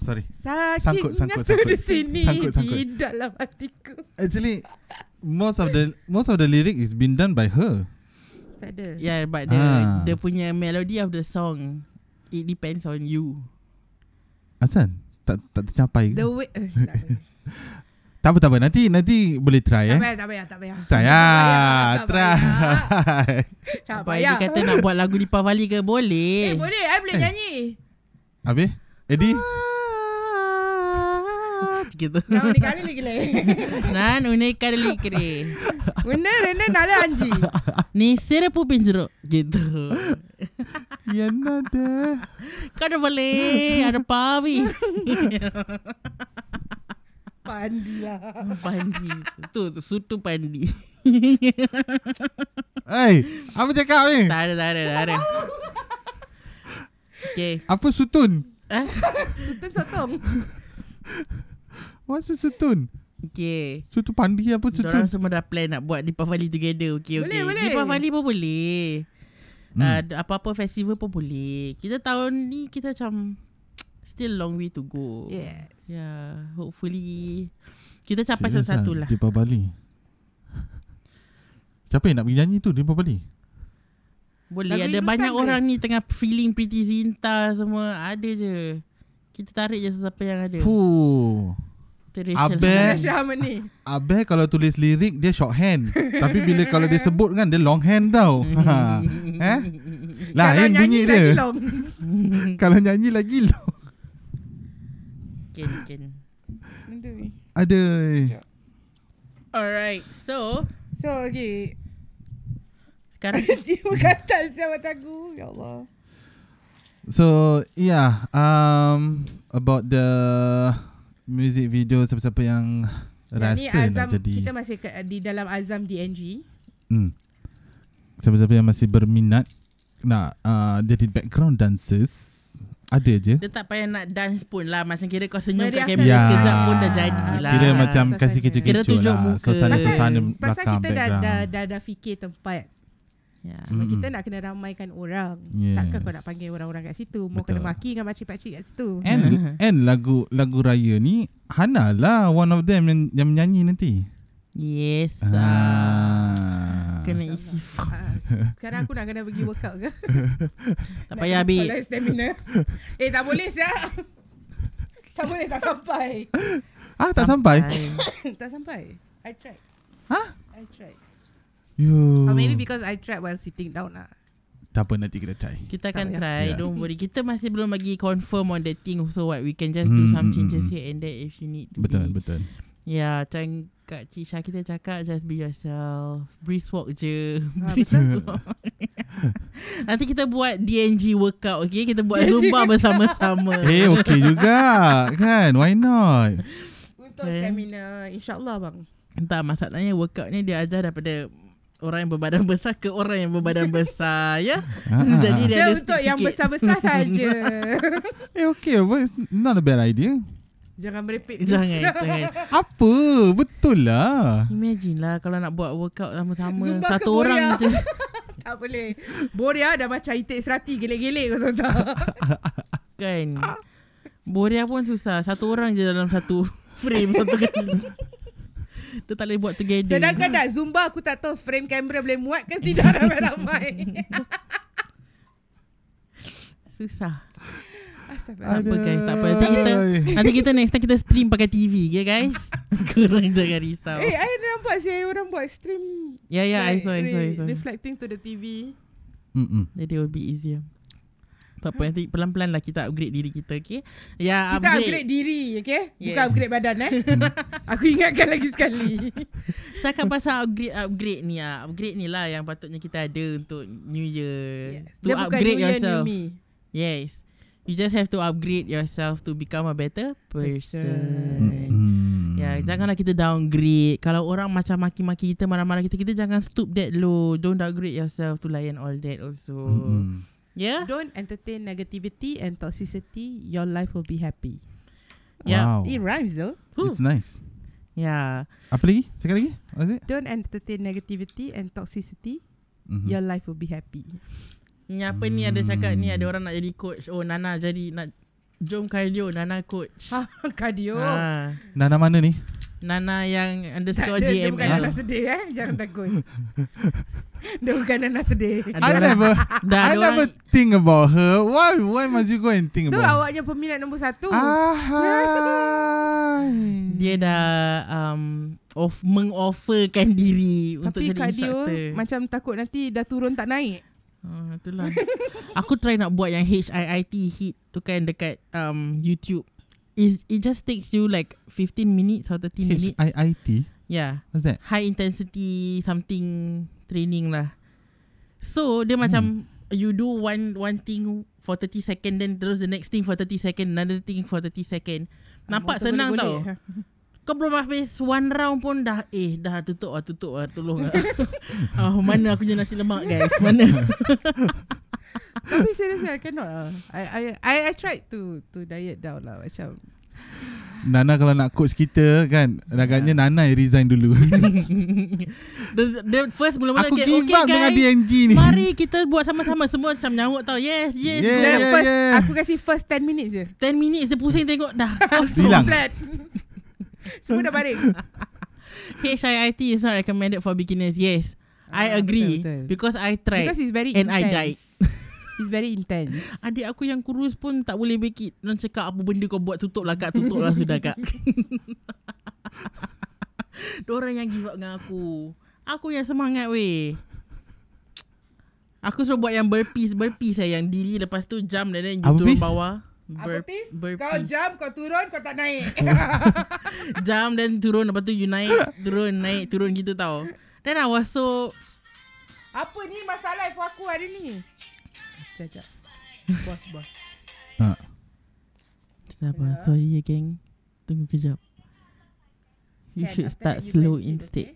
Speaker 2: sorry.
Speaker 3: Sakit
Speaker 2: Sangkut, sangkut,
Speaker 3: nyatu di
Speaker 2: sangkut.
Speaker 3: sini
Speaker 2: Sangkut, sangkut.
Speaker 3: di dalam hatiku.
Speaker 2: Actually, most of the most of the lyric is been done by her.
Speaker 3: Tak ada. Yeah.
Speaker 1: Yeah Ya, but the
Speaker 2: Ah.
Speaker 1: The punya melody of the song It depends on you
Speaker 2: Asal? Tak tak tercapai ke?
Speaker 3: The way eh, tak, boleh.
Speaker 2: Tak apa tak apa. Nanti nanti boleh
Speaker 3: tak
Speaker 2: try eh.
Speaker 3: payah, tak payah, tak payah.
Speaker 2: Try ah.
Speaker 3: Tak
Speaker 2: Try.
Speaker 3: payah, tak Tak
Speaker 1: Abang
Speaker 3: payah.
Speaker 1: Eri kata nak Eh. buat lagu Deepavali ke
Speaker 3: Ah, ya. Eh,
Speaker 1: Boleh
Speaker 3: boleh, I boleh nyanyi.
Speaker 2: Habis? Eddie?
Speaker 3: Ah.
Speaker 1: Gitu
Speaker 3: Nama ni kali lagi leh.
Speaker 1: நான் உன்னை கடலிக்கிறேன்
Speaker 3: Benda benda nala anji.
Speaker 1: நீ சிறப்பு பிஞ்சிரும் gitu
Speaker 2: Ya nada.
Speaker 1: கடவுளே அட பாவி
Speaker 3: Pandi lah.
Speaker 1: பண்டி tu tu சுட்டு பண்டி
Speaker 2: Hey, apa cakap ni?
Speaker 1: tak ada tak ada tak ada okay
Speaker 2: Apa sutun?
Speaker 1: eh?
Speaker 3: Sutun sotong.
Speaker 2: What's a sutun?
Speaker 1: okay
Speaker 2: Sutun pandi apa sutun?
Speaker 1: Diorang semua dah plan nak buat Deepavali together Okay
Speaker 3: Boleh,
Speaker 1: okay
Speaker 3: boleh.
Speaker 1: Deepavali pun boleh hmm. uh, Apa-apa festival pun boleh Kita tahun ni kita macam Still long way to go
Speaker 3: Yes.
Speaker 2: Ya.
Speaker 1: Yeah Hopefully Kita capai satu-satu lah
Speaker 2: Di Bali. Siapa yang nak pergi nyanyi tu di Bali?
Speaker 1: Boleh
Speaker 3: Lagu
Speaker 1: ada
Speaker 3: Hindustan
Speaker 1: banyak
Speaker 3: boleh.
Speaker 1: orang ni tengah feeling pretty Zinta semua ada je. Kita tarik je sesiapa yang ada.
Speaker 2: Fuh.
Speaker 1: Interracial
Speaker 2: Abel.
Speaker 1: harmony.
Speaker 3: Syah Mani.
Speaker 2: Abel kalau tulis lirik dia short hand. Tapi bila kalau dia sebut kan dia long hand tau.
Speaker 3: Hmm.
Speaker 2: Ha. eh? Lain bunyi dia. kalau nyanyi lagi long.
Speaker 1: Can can.
Speaker 2: Ada.
Speaker 1: Alright. So,
Speaker 3: So, okay.
Speaker 1: sekarang
Speaker 3: Jiwa kata siapa aku. Ya Allah.
Speaker 2: So yeah, um about the music video siapa-siapa yang
Speaker 3: Yang ni
Speaker 2: Rasa
Speaker 3: azam,
Speaker 2: nak jadi
Speaker 3: Kita masih ke, di dalam azam DNG.
Speaker 2: Hmm. Siapa-siapa yang masih berminat nak uh, jadi background dancers ada je.
Speaker 1: Dia tak payah nak dance pun lah Macam kira kau senyum kat
Speaker 3: Meriahkan
Speaker 1: kamera
Speaker 3: Ya.
Speaker 1: sekejap pun dah jadi lah
Speaker 2: Kira macam
Speaker 3: Suasana.
Speaker 2: kasih
Speaker 1: Kira
Speaker 2: kecoh-kecoh
Speaker 1: tunjuk
Speaker 2: lah.
Speaker 1: muka.
Speaker 2: Suasana-suasana
Speaker 3: pasal
Speaker 2: belakang
Speaker 3: kita dah,
Speaker 2: background.
Speaker 3: dah, dah, dah fikir tempat.
Speaker 1: Ya.
Speaker 3: Cuma
Speaker 2: Mm-mm.
Speaker 3: kita nak kena ramaikan orang.
Speaker 2: Yes.
Speaker 3: Takkan kau nak panggil orang-orang kat situ. Mau kena
Speaker 2: Betul.
Speaker 3: maki dengan pakcik-pakcik kat situ.
Speaker 2: And, and lagu lagu raya ni Hana lah one of them yang, yang menyanyi nanti.
Speaker 1: Yes ah.
Speaker 2: Ah.
Speaker 1: Kena isi form
Speaker 3: Ah, sekarang aku nak kena pergi workout ke?
Speaker 1: Tak payah
Speaker 3: Kalau
Speaker 1: habis
Speaker 3: stamina. Eh tak boleh siap. tak boleh tak sampai.
Speaker 2: Ah tak sampai.
Speaker 3: tak sampai. I tried.
Speaker 2: Hah?
Speaker 3: I tried.
Speaker 2: You.
Speaker 3: Or Oh,
Speaker 1: Oh.
Speaker 3: maybe because I tried while sitting down lah.
Speaker 2: Tak apa nanti kita try.
Speaker 1: Kita akan
Speaker 3: Tak payah.
Speaker 1: try
Speaker 2: Ya.
Speaker 1: Don't worry Kita masih belum bagi confirm on the thing So what we can just do
Speaker 2: Hmm,
Speaker 1: some
Speaker 2: hmm,
Speaker 1: changes
Speaker 2: hmm.
Speaker 1: here and there If you need to
Speaker 2: Betul
Speaker 1: be
Speaker 2: betul.
Speaker 1: Ya macam Kak Cisha kita cakap Just be yourself Breeze walk je
Speaker 3: Ah,
Speaker 1: Breeze walk Nanti kita buat DNG workout Okay Kita buat Zumba bersama-sama
Speaker 2: eh okay juga kan? Why not?
Speaker 3: Untuk
Speaker 1: Okay.
Speaker 3: stamina InsyaAllah bang
Speaker 1: Entah masalahnya workout ni dia ajar daripada orang yang berbadan besar ke orang yang berbadan besar ya.
Speaker 2: Ah, ah,
Speaker 1: Jadi
Speaker 2: ah.
Speaker 1: dia
Speaker 3: Dia
Speaker 1: ada
Speaker 3: untuk yang
Speaker 1: sikit-sikit.
Speaker 3: besar-besar saja.
Speaker 2: Eh okay, but it's not a bad idea.
Speaker 3: Jangan merepek
Speaker 1: Jangan, jangan.
Speaker 2: Apa? Betul lah.
Speaker 1: Imagine lah kalau nak buat workout sama-sama
Speaker 3: Zumba ke
Speaker 1: satu
Speaker 3: boya?
Speaker 1: orang je.
Speaker 3: Tak boleh Boria dah macam itik serati Gelek-gelek kau tahu tak
Speaker 1: Kan. Boria pun susah. Satu orang je dalam satu frame satu kali. Dia tak boleh buat together.
Speaker 3: Sedangkan nak Zumba Aku tak tahu frame kamera boleh muat ke Tidak ramai-ramai
Speaker 1: susah. Tak
Speaker 3: Astagfirullah
Speaker 1: apa guys, tak apa. Nanti kita nanti kita next time kita stream pakai TV ke guys. Korang jangan risau.
Speaker 3: Eh, I nampak sih orang buat stream
Speaker 1: Ya ya, I
Speaker 3: like,
Speaker 1: saw I saw I
Speaker 3: re-
Speaker 1: saw.
Speaker 3: Reflecting to the TV
Speaker 2: Mm-mm.
Speaker 1: Jadi it will be easier Tak apa nanti pelan-pelan lah Kita upgrade diri kita okay Ya
Speaker 3: Kita upgrade, diri okay? Bukan
Speaker 1: Yes.
Speaker 3: upgrade badan eh Aku ingatkan lagi sekali
Speaker 1: Cakap pasal upgrade-upgrade ni ah. Upgrade ni lah yang patutnya kita ada Untuk new year
Speaker 3: Yes.
Speaker 1: To
Speaker 3: Dia bukan
Speaker 1: upgrade
Speaker 3: new year,
Speaker 1: yourself
Speaker 3: new me
Speaker 1: Yes You just have to upgrade yourself To become a better person,
Speaker 2: Mm-mm.
Speaker 1: Ya, janganlah kita downgrade. Kalau orang macam maki-maki kita, marah-marah kita, kita jangan stoop that low. Don't downgrade yourself to lion all that also. Ya?
Speaker 2: Mm-mm.
Speaker 1: Yeah?
Speaker 3: Don't entertain negativity and toxicity. Your life will be happy.
Speaker 1: Yeah.
Speaker 2: Wow.
Speaker 3: It rhymes though.
Speaker 1: Whew.
Speaker 2: It's nice.
Speaker 1: Yeah.
Speaker 2: Apa lagi? Cakap lagi? What is it?
Speaker 3: Don't entertain negativity and toxicity.
Speaker 1: Mm-hmm.
Speaker 2: Mhm.
Speaker 3: Your life will be happy.
Speaker 1: Ni apa ni ada cakap ni ada orang nak jadi coach. Oh Nana jadi nak jom cardio Nana coach.
Speaker 3: Ha, cardio. Ha.
Speaker 1: Ha.
Speaker 2: Nana mana ni?
Speaker 1: Nana yang underscore
Speaker 3: Tak, dia, dia bukan Nana
Speaker 1: GML.
Speaker 3: sedih eh. Jangan takut. dia bukan Nana sedih.
Speaker 1: Ada
Speaker 2: I
Speaker 1: orang,
Speaker 2: never
Speaker 1: dah
Speaker 2: I
Speaker 1: ada orang
Speaker 2: never think about her. Why why must you go and think
Speaker 3: Tu
Speaker 2: about her?
Speaker 3: awaknya peminat nombor satu.
Speaker 2: Ah, hai.
Speaker 1: dia dah um, off, mengofferkan diri untuk
Speaker 3: Tapi
Speaker 1: jadi
Speaker 3: cardio
Speaker 1: instructor.
Speaker 3: macam takut nanti dah turun tak naik.
Speaker 1: Ha, itulah. Aku try nak buat yang HIIT hit tu kan dekat um, YouTube. It, it just takes you like 15 minutes or 30 minutes.
Speaker 2: HIIT?
Speaker 1: Yeah.
Speaker 2: What's that?
Speaker 1: high intensity something training lah. So dia macam you do one one thing for 30 second then terus the next thing for 30 second another thing for 30 second. Nampak
Speaker 3: Motor
Speaker 1: senang tau.
Speaker 3: golek-golek.
Speaker 1: Kau belum habis one round pun dah eh dah tutup ah tutup ah tolong ah. ah mana aku punya nasi lemak guys? Mana?
Speaker 3: Tapi seriously I cannot lah. I, I, I, I tried to to diet down lah macam.
Speaker 2: Nana kalau nak coach kita kan,
Speaker 1: Ya.
Speaker 2: agaknya Nana yang resign dulu.
Speaker 1: the, the first mula-mula
Speaker 2: Aku
Speaker 1: okay,
Speaker 2: give
Speaker 1: okay
Speaker 2: up dengan
Speaker 1: guys.
Speaker 2: DNG ni.
Speaker 1: Mari kita buat sama-sama semua macam nyawut tau. Yes, yes.
Speaker 2: Yeah,
Speaker 1: yes.
Speaker 3: Yeah,
Speaker 2: yeah,
Speaker 3: first,
Speaker 2: yeah.
Speaker 3: Aku kasi first 10 minutes je
Speaker 1: 10 minutes dia pusing tengok dah. Oh,
Speaker 2: Hilang.
Speaker 3: Flat Semua dah baring
Speaker 1: HIIT is not recommended for beginners. Yes, I
Speaker 3: Ah,
Speaker 1: agree
Speaker 3: betul, betul.
Speaker 1: because I tried.
Speaker 3: Because it's very
Speaker 1: And I
Speaker 3: intense
Speaker 1: died.
Speaker 3: It's very intense
Speaker 1: Adik aku yang kurus pun tak boleh make it. Dan cakap apa benda kau buat tutup lah kak, tutup lah sudah kak. Diorang yang give up dengan aku. Aku yang semangat weh. Aku suruh buat yang burpees, burpees saya yang diri lepas tu jump dan then you
Speaker 2: Apa
Speaker 1: turun
Speaker 2: piece?
Speaker 1: bawah.
Speaker 3: Apa
Speaker 1: Bur-
Speaker 3: pis? Kau
Speaker 1: burpees.
Speaker 3: jump, kau turun, kau tak naik
Speaker 1: Jump dan turun lepas tu you naik, turun, naik, turun gitu tau. Then I was so
Speaker 3: Apa ni masalah for aku hari ni? Jajak Bos, bos
Speaker 2: Ah.
Speaker 1: lah. Sabar, sorry ya geng. Tunggu kejap. You
Speaker 3: Kan,
Speaker 1: should
Speaker 3: after
Speaker 1: start
Speaker 3: that you
Speaker 1: slow
Speaker 3: can sleep,
Speaker 1: instead.
Speaker 3: okay?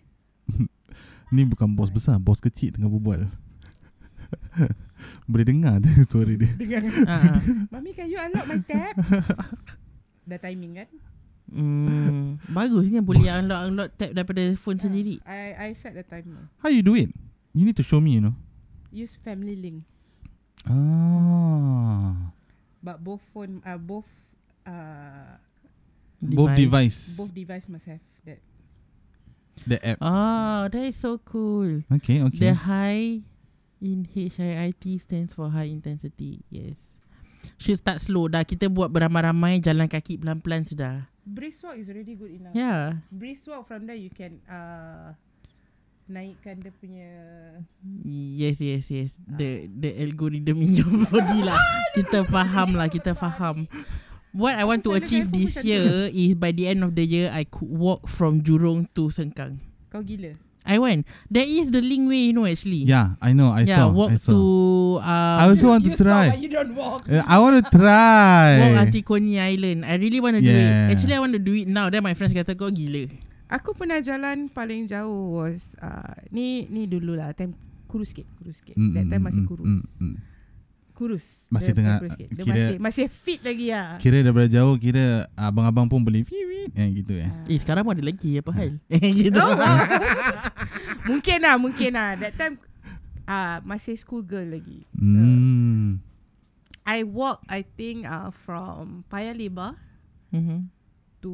Speaker 2: Ni bukan bos besar Bos kecil tengah berbual Boleh dengar tu suara dia
Speaker 3: Dengan
Speaker 1: Ah.
Speaker 3: Mami can you unlock my tab Dah timing kan
Speaker 1: Hmm, bagusnya boleh unlock-unlock tab daripada phone
Speaker 3: Ah,
Speaker 1: sendiri.
Speaker 3: I, I set the timer
Speaker 2: How you do it? You need to show me you know
Speaker 3: Use family link
Speaker 2: Ah,
Speaker 3: But both phone uh, Both uh,
Speaker 2: Both device
Speaker 3: Both device must have that
Speaker 2: The app
Speaker 1: Oh, that is so cool.
Speaker 2: Okay
Speaker 1: The
Speaker 2: okay
Speaker 1: high in HIIT stands for high intensity. Yes. Should start slow dah. Kita buat beramai-ramai jalan kaki pelan-pelan sudah. Ya.
Speaker 3: Brisk walk is already good enough
Speaker 1: Yeah.
Speaker 3: Brisk walk from there you can uh, Naikkan dia punya
Speaker 1: Yes, yes, yes. The the algorithm in your body lah. Kita faham lah, kita faham. What I want to
Speaker 3: selalu
Speaker 1: achieve
Speaker 3: telefon
Speaker 1: this
Speaker 3: macam tu.
Speaker 1: year is by the end of the year I could walk from Jurong to Sengkang.
Speaker 3: Kau gila
Speaker 1: I want. There is the link way, you know actually.
Speaker 2: Yeah I know I
Speaker 1: yeah
Speaker 2: saw
Speaker 1: walk
Speaker 2: I saw
Speaker 1: to
Speaker 2: I
Speaker 1: um,
Speaker 2: also want to
Speaker 3: You saw but
Speaker 2: try
Speaker 3: you don't walk
Speaker 2: Uh, I want to try
Speaker 1: walk until Coney Island. I really want to do
Speaker 2: Yeah.
Speaker 1: it. Actually, I want to do it now. Then my friends kata kau gila.
Speaker 3: Aku pernah jalan paling jauh was uh, ni ni dululah time kurus sikit, kurus sikit. Mm, That time masih kurus. Mm, mm,
Speaker 2: mm.
Speaker 3: Kurus. Dia
Speaker 2: Masih tengah-
Speaker 3: kurus sikit. Dia
Speaker 2: kira-
Speaker 3: masih masih fit lagi ah.
Speaker 2: Kira daripada jauh Kira abang-abang pun boleh Fiwit eh, Gitu eh
Speaker 1: Eh, sekarang pun ada lagi. Apa hal? gitu.
Speaker 3: Oh, wow. mungkin lah, mungkin lah. That time uh, masih school girl lagi. So,
Speaker 2: Hmm.
Speaker 3: I walk I think uh, from Paya Lebar Mm-hmm.
Speaker 1: Mhm.
Speaker 3: to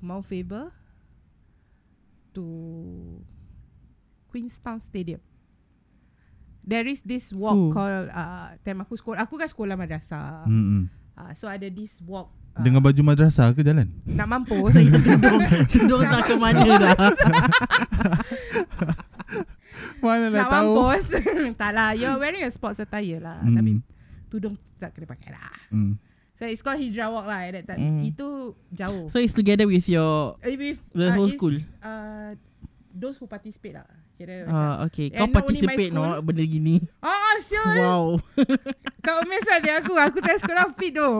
Speaker 3: Mount Faber to Queenstown Stadium. There is this walk
Speaker 1: Ooh.
Speaker 3: called uh, time aku sekolah aku kan sekolah madrasah. Hmm.
Speaker 2: Hmm, hmm.
Speaker 3: Uh, so ada this walk uh,
Speaker 2: Dengan baju madrasah ke jalan?
Speaker 3: nak mampus Nak
Speaker 1: Tudung tak ke mana dah.
Speaker 2: Mana lah tahu
Speaker 3: mampus Tak lah You're wearing a sports attire lah
Speaker 1: Hmm.
Speaker 2: Mm.
Speaker 3: Tapi Tudung tak kena pakai lah
Speaker 2: hmm.
Speaker 3: So it's called Hijrah Walk lah At that
Speaker 1: Mm.
Speaker 3: time Itu jauh
Speaker 1: So it's together with your
Speaker 3: Eh, with,
Speaker 1: the whole
Speaker 3: it's,
Speaker 1: school.
Speaker 3: uh, Those who participate lah Kira macam
Speaker 1: Ah, okay.
Speaker 3: And
Speaker 1: Kau
Speaker 3: only my
Speaker 1: participate
Speaker 3: school-
Speaker 1: no benda gini.
Speaker 3: Oh, oh sure
Speaker 1: Wow.
Speaker 3: Kau amazed lah dia aku Aku tak sekolah fit tu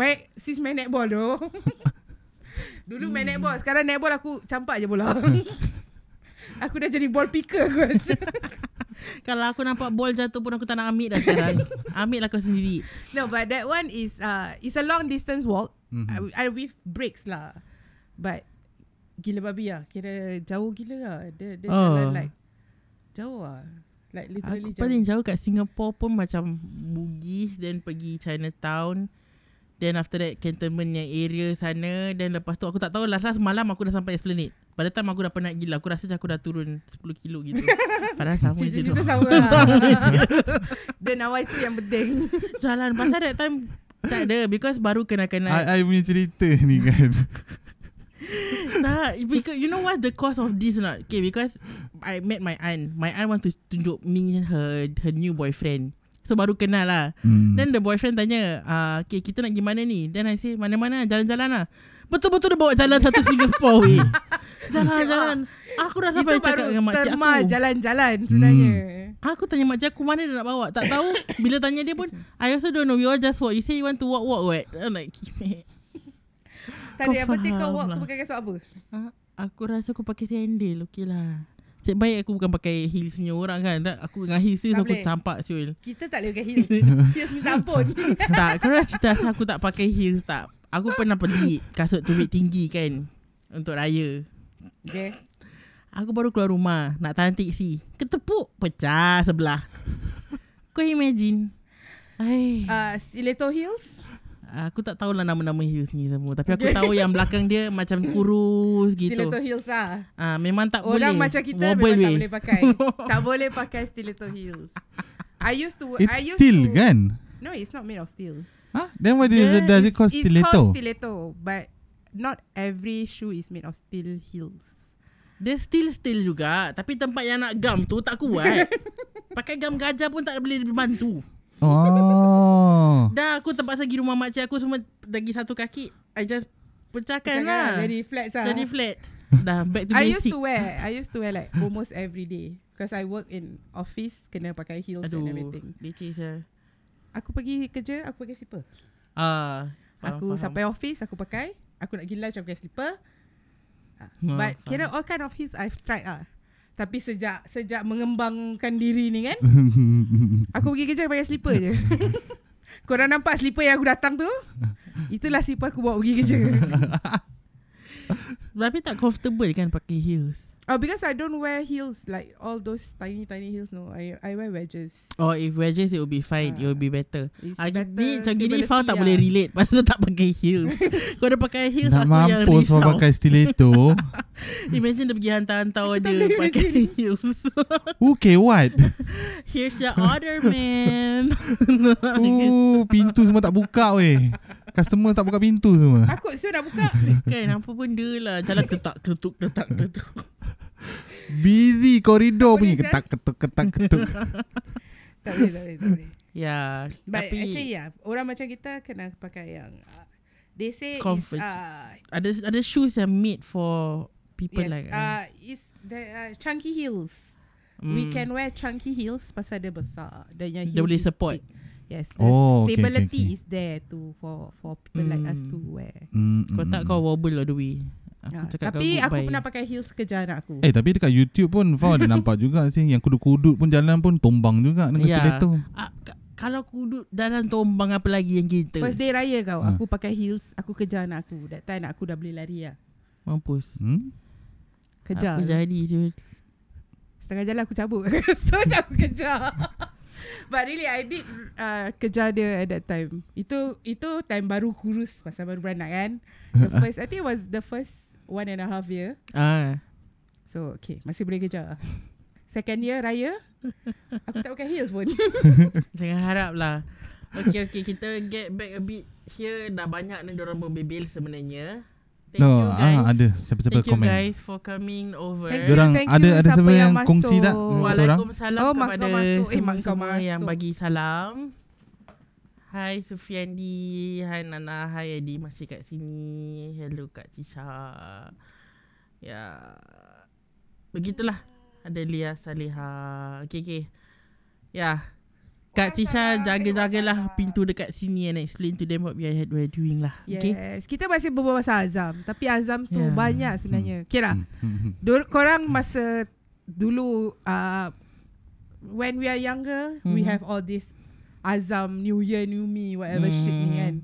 Speaker 3: my, Sis main netball tu Dulu main netball Sekarang netball aku Campak je bola Aku dah jadi ball picker aku rasa
Speaker 1: Kalau aku nampak bol jatuh pun aku tak nak ambil dah sekarang. ambil lah kau sendiri.
Speaker 3: No, but that one is uh it's a long distance walk.
Speaker 2: Mhm.
Speaker 3: Mm-hmm. I, I with breaks lah. But gila babi lah. Kira jauh gila lah. Dia, dia oh. jalan
Speaker 1: Oh.
Speaker 3: like jauh lah. Like
Speaker 1: Aku
Speaker 3: literally jauh.
Speaker 1: paling jauh kat Singapore pun macam Bugis then pergi Chinatown. Then after that cantonment yang area sana Then lepas tu aku tak tahu Last last malam aku dah sampai Esplanade Pada time aku dah penat gila Aku rasa macam aku dah turun 10 kilo gitu Padahal sama je tu
Speaker 3: Cerita-cerita sama lah. Dia nawai tu yang penting.
Speaker 1: Jalan Pasal that time Tak ada Because baru kena-kena
Speaker 2: I, I punya cerita ni kan
Speaker 1: Tak because, You know what's the cause of this or not Okay because I met my aunt My aunt want to tunjuk me Her her new boyfriend So baru kenal lah
Speaker 2: hmm.
Speaker 1: Then the boyfriend tanya uh, Okay kita nak pergi mana ni Then I say Mana-mana jalan-jalan lah Betul-betul dia bawa jalan Satu Singapore weh Jalan-jalan Aku dah sampai
Speaker 3: Itu
Speaker 1: cakap
Speaker 3: baru
Speaker 1: dengan makcik
Speaker 3: terma
Speaker 1: aku
Speaker 3: jalan-jalan sebenarnya.
Speaker 1: Aku tanya makcik aku Mana dia nak bawa Tak tahu Bila tanya dia pun I also don't know We all just walk You say you want to walk Walk what I'm like "Kimek."
Speaker 3: Tak ada yang penting kau
Speaker 1: faham
Speaker 3: walk tu
Speaker 1: lah.
Speaker 3: pakai kasut apa.
Speaker 1: Ah, Aku rasa aku pakai sandal Okay lah Cik baik aku bukan pakai heels punya orang kan Tak, Aku dengan heels tu
Speaker 3: Tak
Speaker 1: aku
Speaker 3: boleh.
Speaker 1: campak siul
Speaker 3: Kita tak boleh pakai heels. heels minta ampun.
Speaker 1: tak, korang cerita asal aku tak pakai heels tak? Aku pernah pergi kasut tumit tinggi kan untuk raya.
Speaker 3: okay.
Speaker 1: Aku baru keluar rumah nak tahan teksi. Ketepuk pecah sebelah. Kau imagine. Ai,
Speaker 3: Uh, stiletto heels.
Speaker 1: aku tak tahulah nama-nama heels ni semua Tapi aku tahu yang belakang dia macam kurus gitu
Speaker 3: Stiletto heels lah.
Speaker 1: ah, Memang tak boleh
Speaker 3: Orang macam kita
Speaker 1: Wobble
Speaker 3: memang tak
Speaker 1: weh.
Speaker 3: boleh pakai. tak boleh pakai stiletto heels. I used to
Speaker 2: It's
Speaker 3: I used
Speaker 2: steel
Speaker 3: to,
Speaker 2: kan
Speaker 3: No, it's not made of steel.
Speaker 2: Huh? Then why does, it, does it call
Speaker 3: it's called
Speaker 2: stiletto?
Speaker 3: stiletto, but not every shoe is made of steel heels.
Speaker 1: Dia still-still juga Tapi tempat yang nak gam tu tak kuat Pakai gam gajah pun tak boleh dibantu
Speaker 2: Oh
Speaker 1: Dah aku terpaksa pergi rumah makcik aku semua lagi satu kaki. I just pecahkan
Speaker 3: Jangan lah,
Speaker 1: lah.
Speaker 3: Jadi flat lah.
Speaker 1: Jadi flat. Dah back to
Speaker 3: I used
Speaker 1: basic.
Speaker 3: to wear. I used to wear like almost every day. Because I work in office, kena pakai heels Aduh.
Speaker 1: Aduh,
Speaker 3: and everything.
Speaker 1: leceh saya.
Speaker 3: Aku pergi kerja, aku pakai slipper.
Speaker 1: Ah, faham,
Speaker 3: aku
Speaker 1: faham.
Speaker 3: sampai office, aku pakai. Aku nak pergi lunch, aku pakai slipper.
Speaker 1: Ah,
Speaker 3: Ah, But
Speaker 1: faham.
Speaker 3: kira all kind of hits I've tried ah. Tapi sejak sejak mengembangkan diri ni kan, aku pergi kerja pakai slipper je. Korang nampak slipper yang aku datang tu? Itulah slipper aku bawa pergi kerja.
Speaker 1: Tapi tak comfortable kan pakai heels.
Speaker 3: oh because I don't wear heels like all those tiny tiny heels no. I I wear wedges.
Speaker 1: Or Oh, if wedges it will be fine. Uh, it will be better.
Speaker 3: It's
Speaker 1: Ah,
Speaker 3: better
Speaker 1: ni macam gini
Speaker 3: stability
Speaker 1: Fau tak
Speaker 3: lah.
Speaker 1: boleh relate Pasal dia tak pakai heels Kau dah pakai heels
Speaker 2: Nak
Speaker 1: Aku yang
Speaker 2: mampus
Speaker 1: risau
Speaker 2: Kau pakai stiletto
Speaker 1: Imagine dia pergi hantar-hantar order
Speaker 3: tak boleh
Speaker 1: Pakai heels
Speaker 2: Okay what
Speaker 1: Here's your order man
Speaker 2: Ooh, Pintu semua tak buka weh Customer tak buka pintu semua
Speaker 3: Takut so nak buka.
Speaker 1: Kan apa benda lah Jalan ketak ketuk ketak ketuk
Speaker 2: Busy koridor
Speaker 3: Boleh,
Speaker 2: punya
Speaker 3: Zal?
Speaker 2: Ketak ketuk ketak ketuk
Speaker 3: tak boleh, tak boleh, tak boleh.
Speaker 1: Ya
Speaker 3: But
Speaker 1: Tapi
Speaker 3: actually yeah, orang macam kita kena pakai yang uh, they say
Speaker 1: Comfort.
Speaker 3: is uh,
Speaker 1: ada ada shoes yang made for people lah, like
Speaker 3: yes,
Speaker 1: eh,
Speaker 3: uh,
Speaker 1: us.
Speaker 3: is the uh, chunky heels. Mm. We can wear chunky heels pasal dia besar. Dan yang
Speaker 1: Hmm. Dia
Speaker 3: heel
Speaker 1: boleh
Speaker 3: is
Speaker 1: support.
Speaker 3: big. Yes, the
Speaker 2: Oh,
Speaker 3: oh,
Speaker 2: okay, okay,
Speaker 3: stability okay, okay,
Speaker 2: okay.
Speaker 3: is there to for for people mm. like us to wear.
Speaker 2: Mm,
Speaker 1: Kau
Speaker 2: mm,
Speaker 1: tak
Speaker 2: mm.
Speaker 1: kau wobble all the way. Hmm. Aku
Speaker 3: Ah,
Speaker 1: cakap
Speaker 3: tapi
Speaker 1: kau
Speaker 3: aku
Speaker 1: goodbye.
Speaker 3: pernah pakai heels kerja anak aku.
Speaker 2: Eh tapi dekat YouTube pun Fau ada nampak juga sih Yang kudut-kudut pun jalan pun Tombang juga dengan
Speaker 1: Ya.
Speaker 2: stiletto
Speaker 1: Ah, ka- kalau aku duduk dalam tombang apa lagi yang kita.
Speaker 3: First day raya kau,
Speaker 2: Ah.
Speaker 3: aku pakai heels, aku kerja anak aku. That time anak aku dah boleh lari lah.
Speaker 1: Mampus.
Speaker 2: hmm?
Speaker 3: Kejar.
Speaker 1: Apa jadi tu?
Speaker 3: Setengah jalan aku cabut So dah aku kejar But really I did uh, Kejar dia at that time Itu Itu time baru kurus Pasal baru beranak kan The first I think it was the first One and a half year
Speaker 1: Ah,
Speaker 3: So okay Masih boleh kejar Second year raya Aku tak pakai heels pun
Speaker 1: jangan harap lah. Okay, okay. Kita get back a bit. Here dah banyak ni orang berbebel sebenarnya. Thank
Speaker 2: no,
Speaker 1: you guys.
Speaker 2: Ah, ada siapa-siapa
Speaker 1: Thank you
Speaker 2: komen.
Speaker 1: guys for coming over.
Speaker 3: Thank
Speaker 2: Diorang
Speaker 3: Thank you,
Speaker 2: ada ada
Speaker 3: siapa
Speaker 2: siapa
Speaker 3: yang
Speaker 2: yang kongsi
Speaker 3: masuk.
Speaker 2: tak? Orang.
Speaker 1: Waalaikumsalam
Speaker 3: Oh,
Speaker 1: oh,
Speaker 3: mak
Speaker 1: kepada
Speaker 3: kau masuk. Eh, mak kau
Speaker 1: semua-semua yang
Speaker 3: masuk.
Speaker 1: bagi salam. Hai Sufiandi, hai Nana, hai Adi masih kat sini. Hello Kak Tisha. Ya. Begitulah. Ada Lia Saliha. Okey okey. Ya. Kak Tisha jaga-jagalah pintu dekat sini and explain to them what we are we're doing lah.
Speaker 3: Yes
Speaker 1: Okay.
Speaker 3: Kita masih berbual pasal Azam Tapi Azam tu
Speaker 1: Yeah.
Speaker 3: banyak sebenarnya Okay lah
Speaker 2: Hmm.
Speaker 3: Dor- korang masa dulu uh, when we are younger mm-hmm. we
Speaker 1: Mhm.
Speaker 3: have all this azam new year new me whatever mm. shit ni
Speaker 1: Mm.
Speaker 3: kan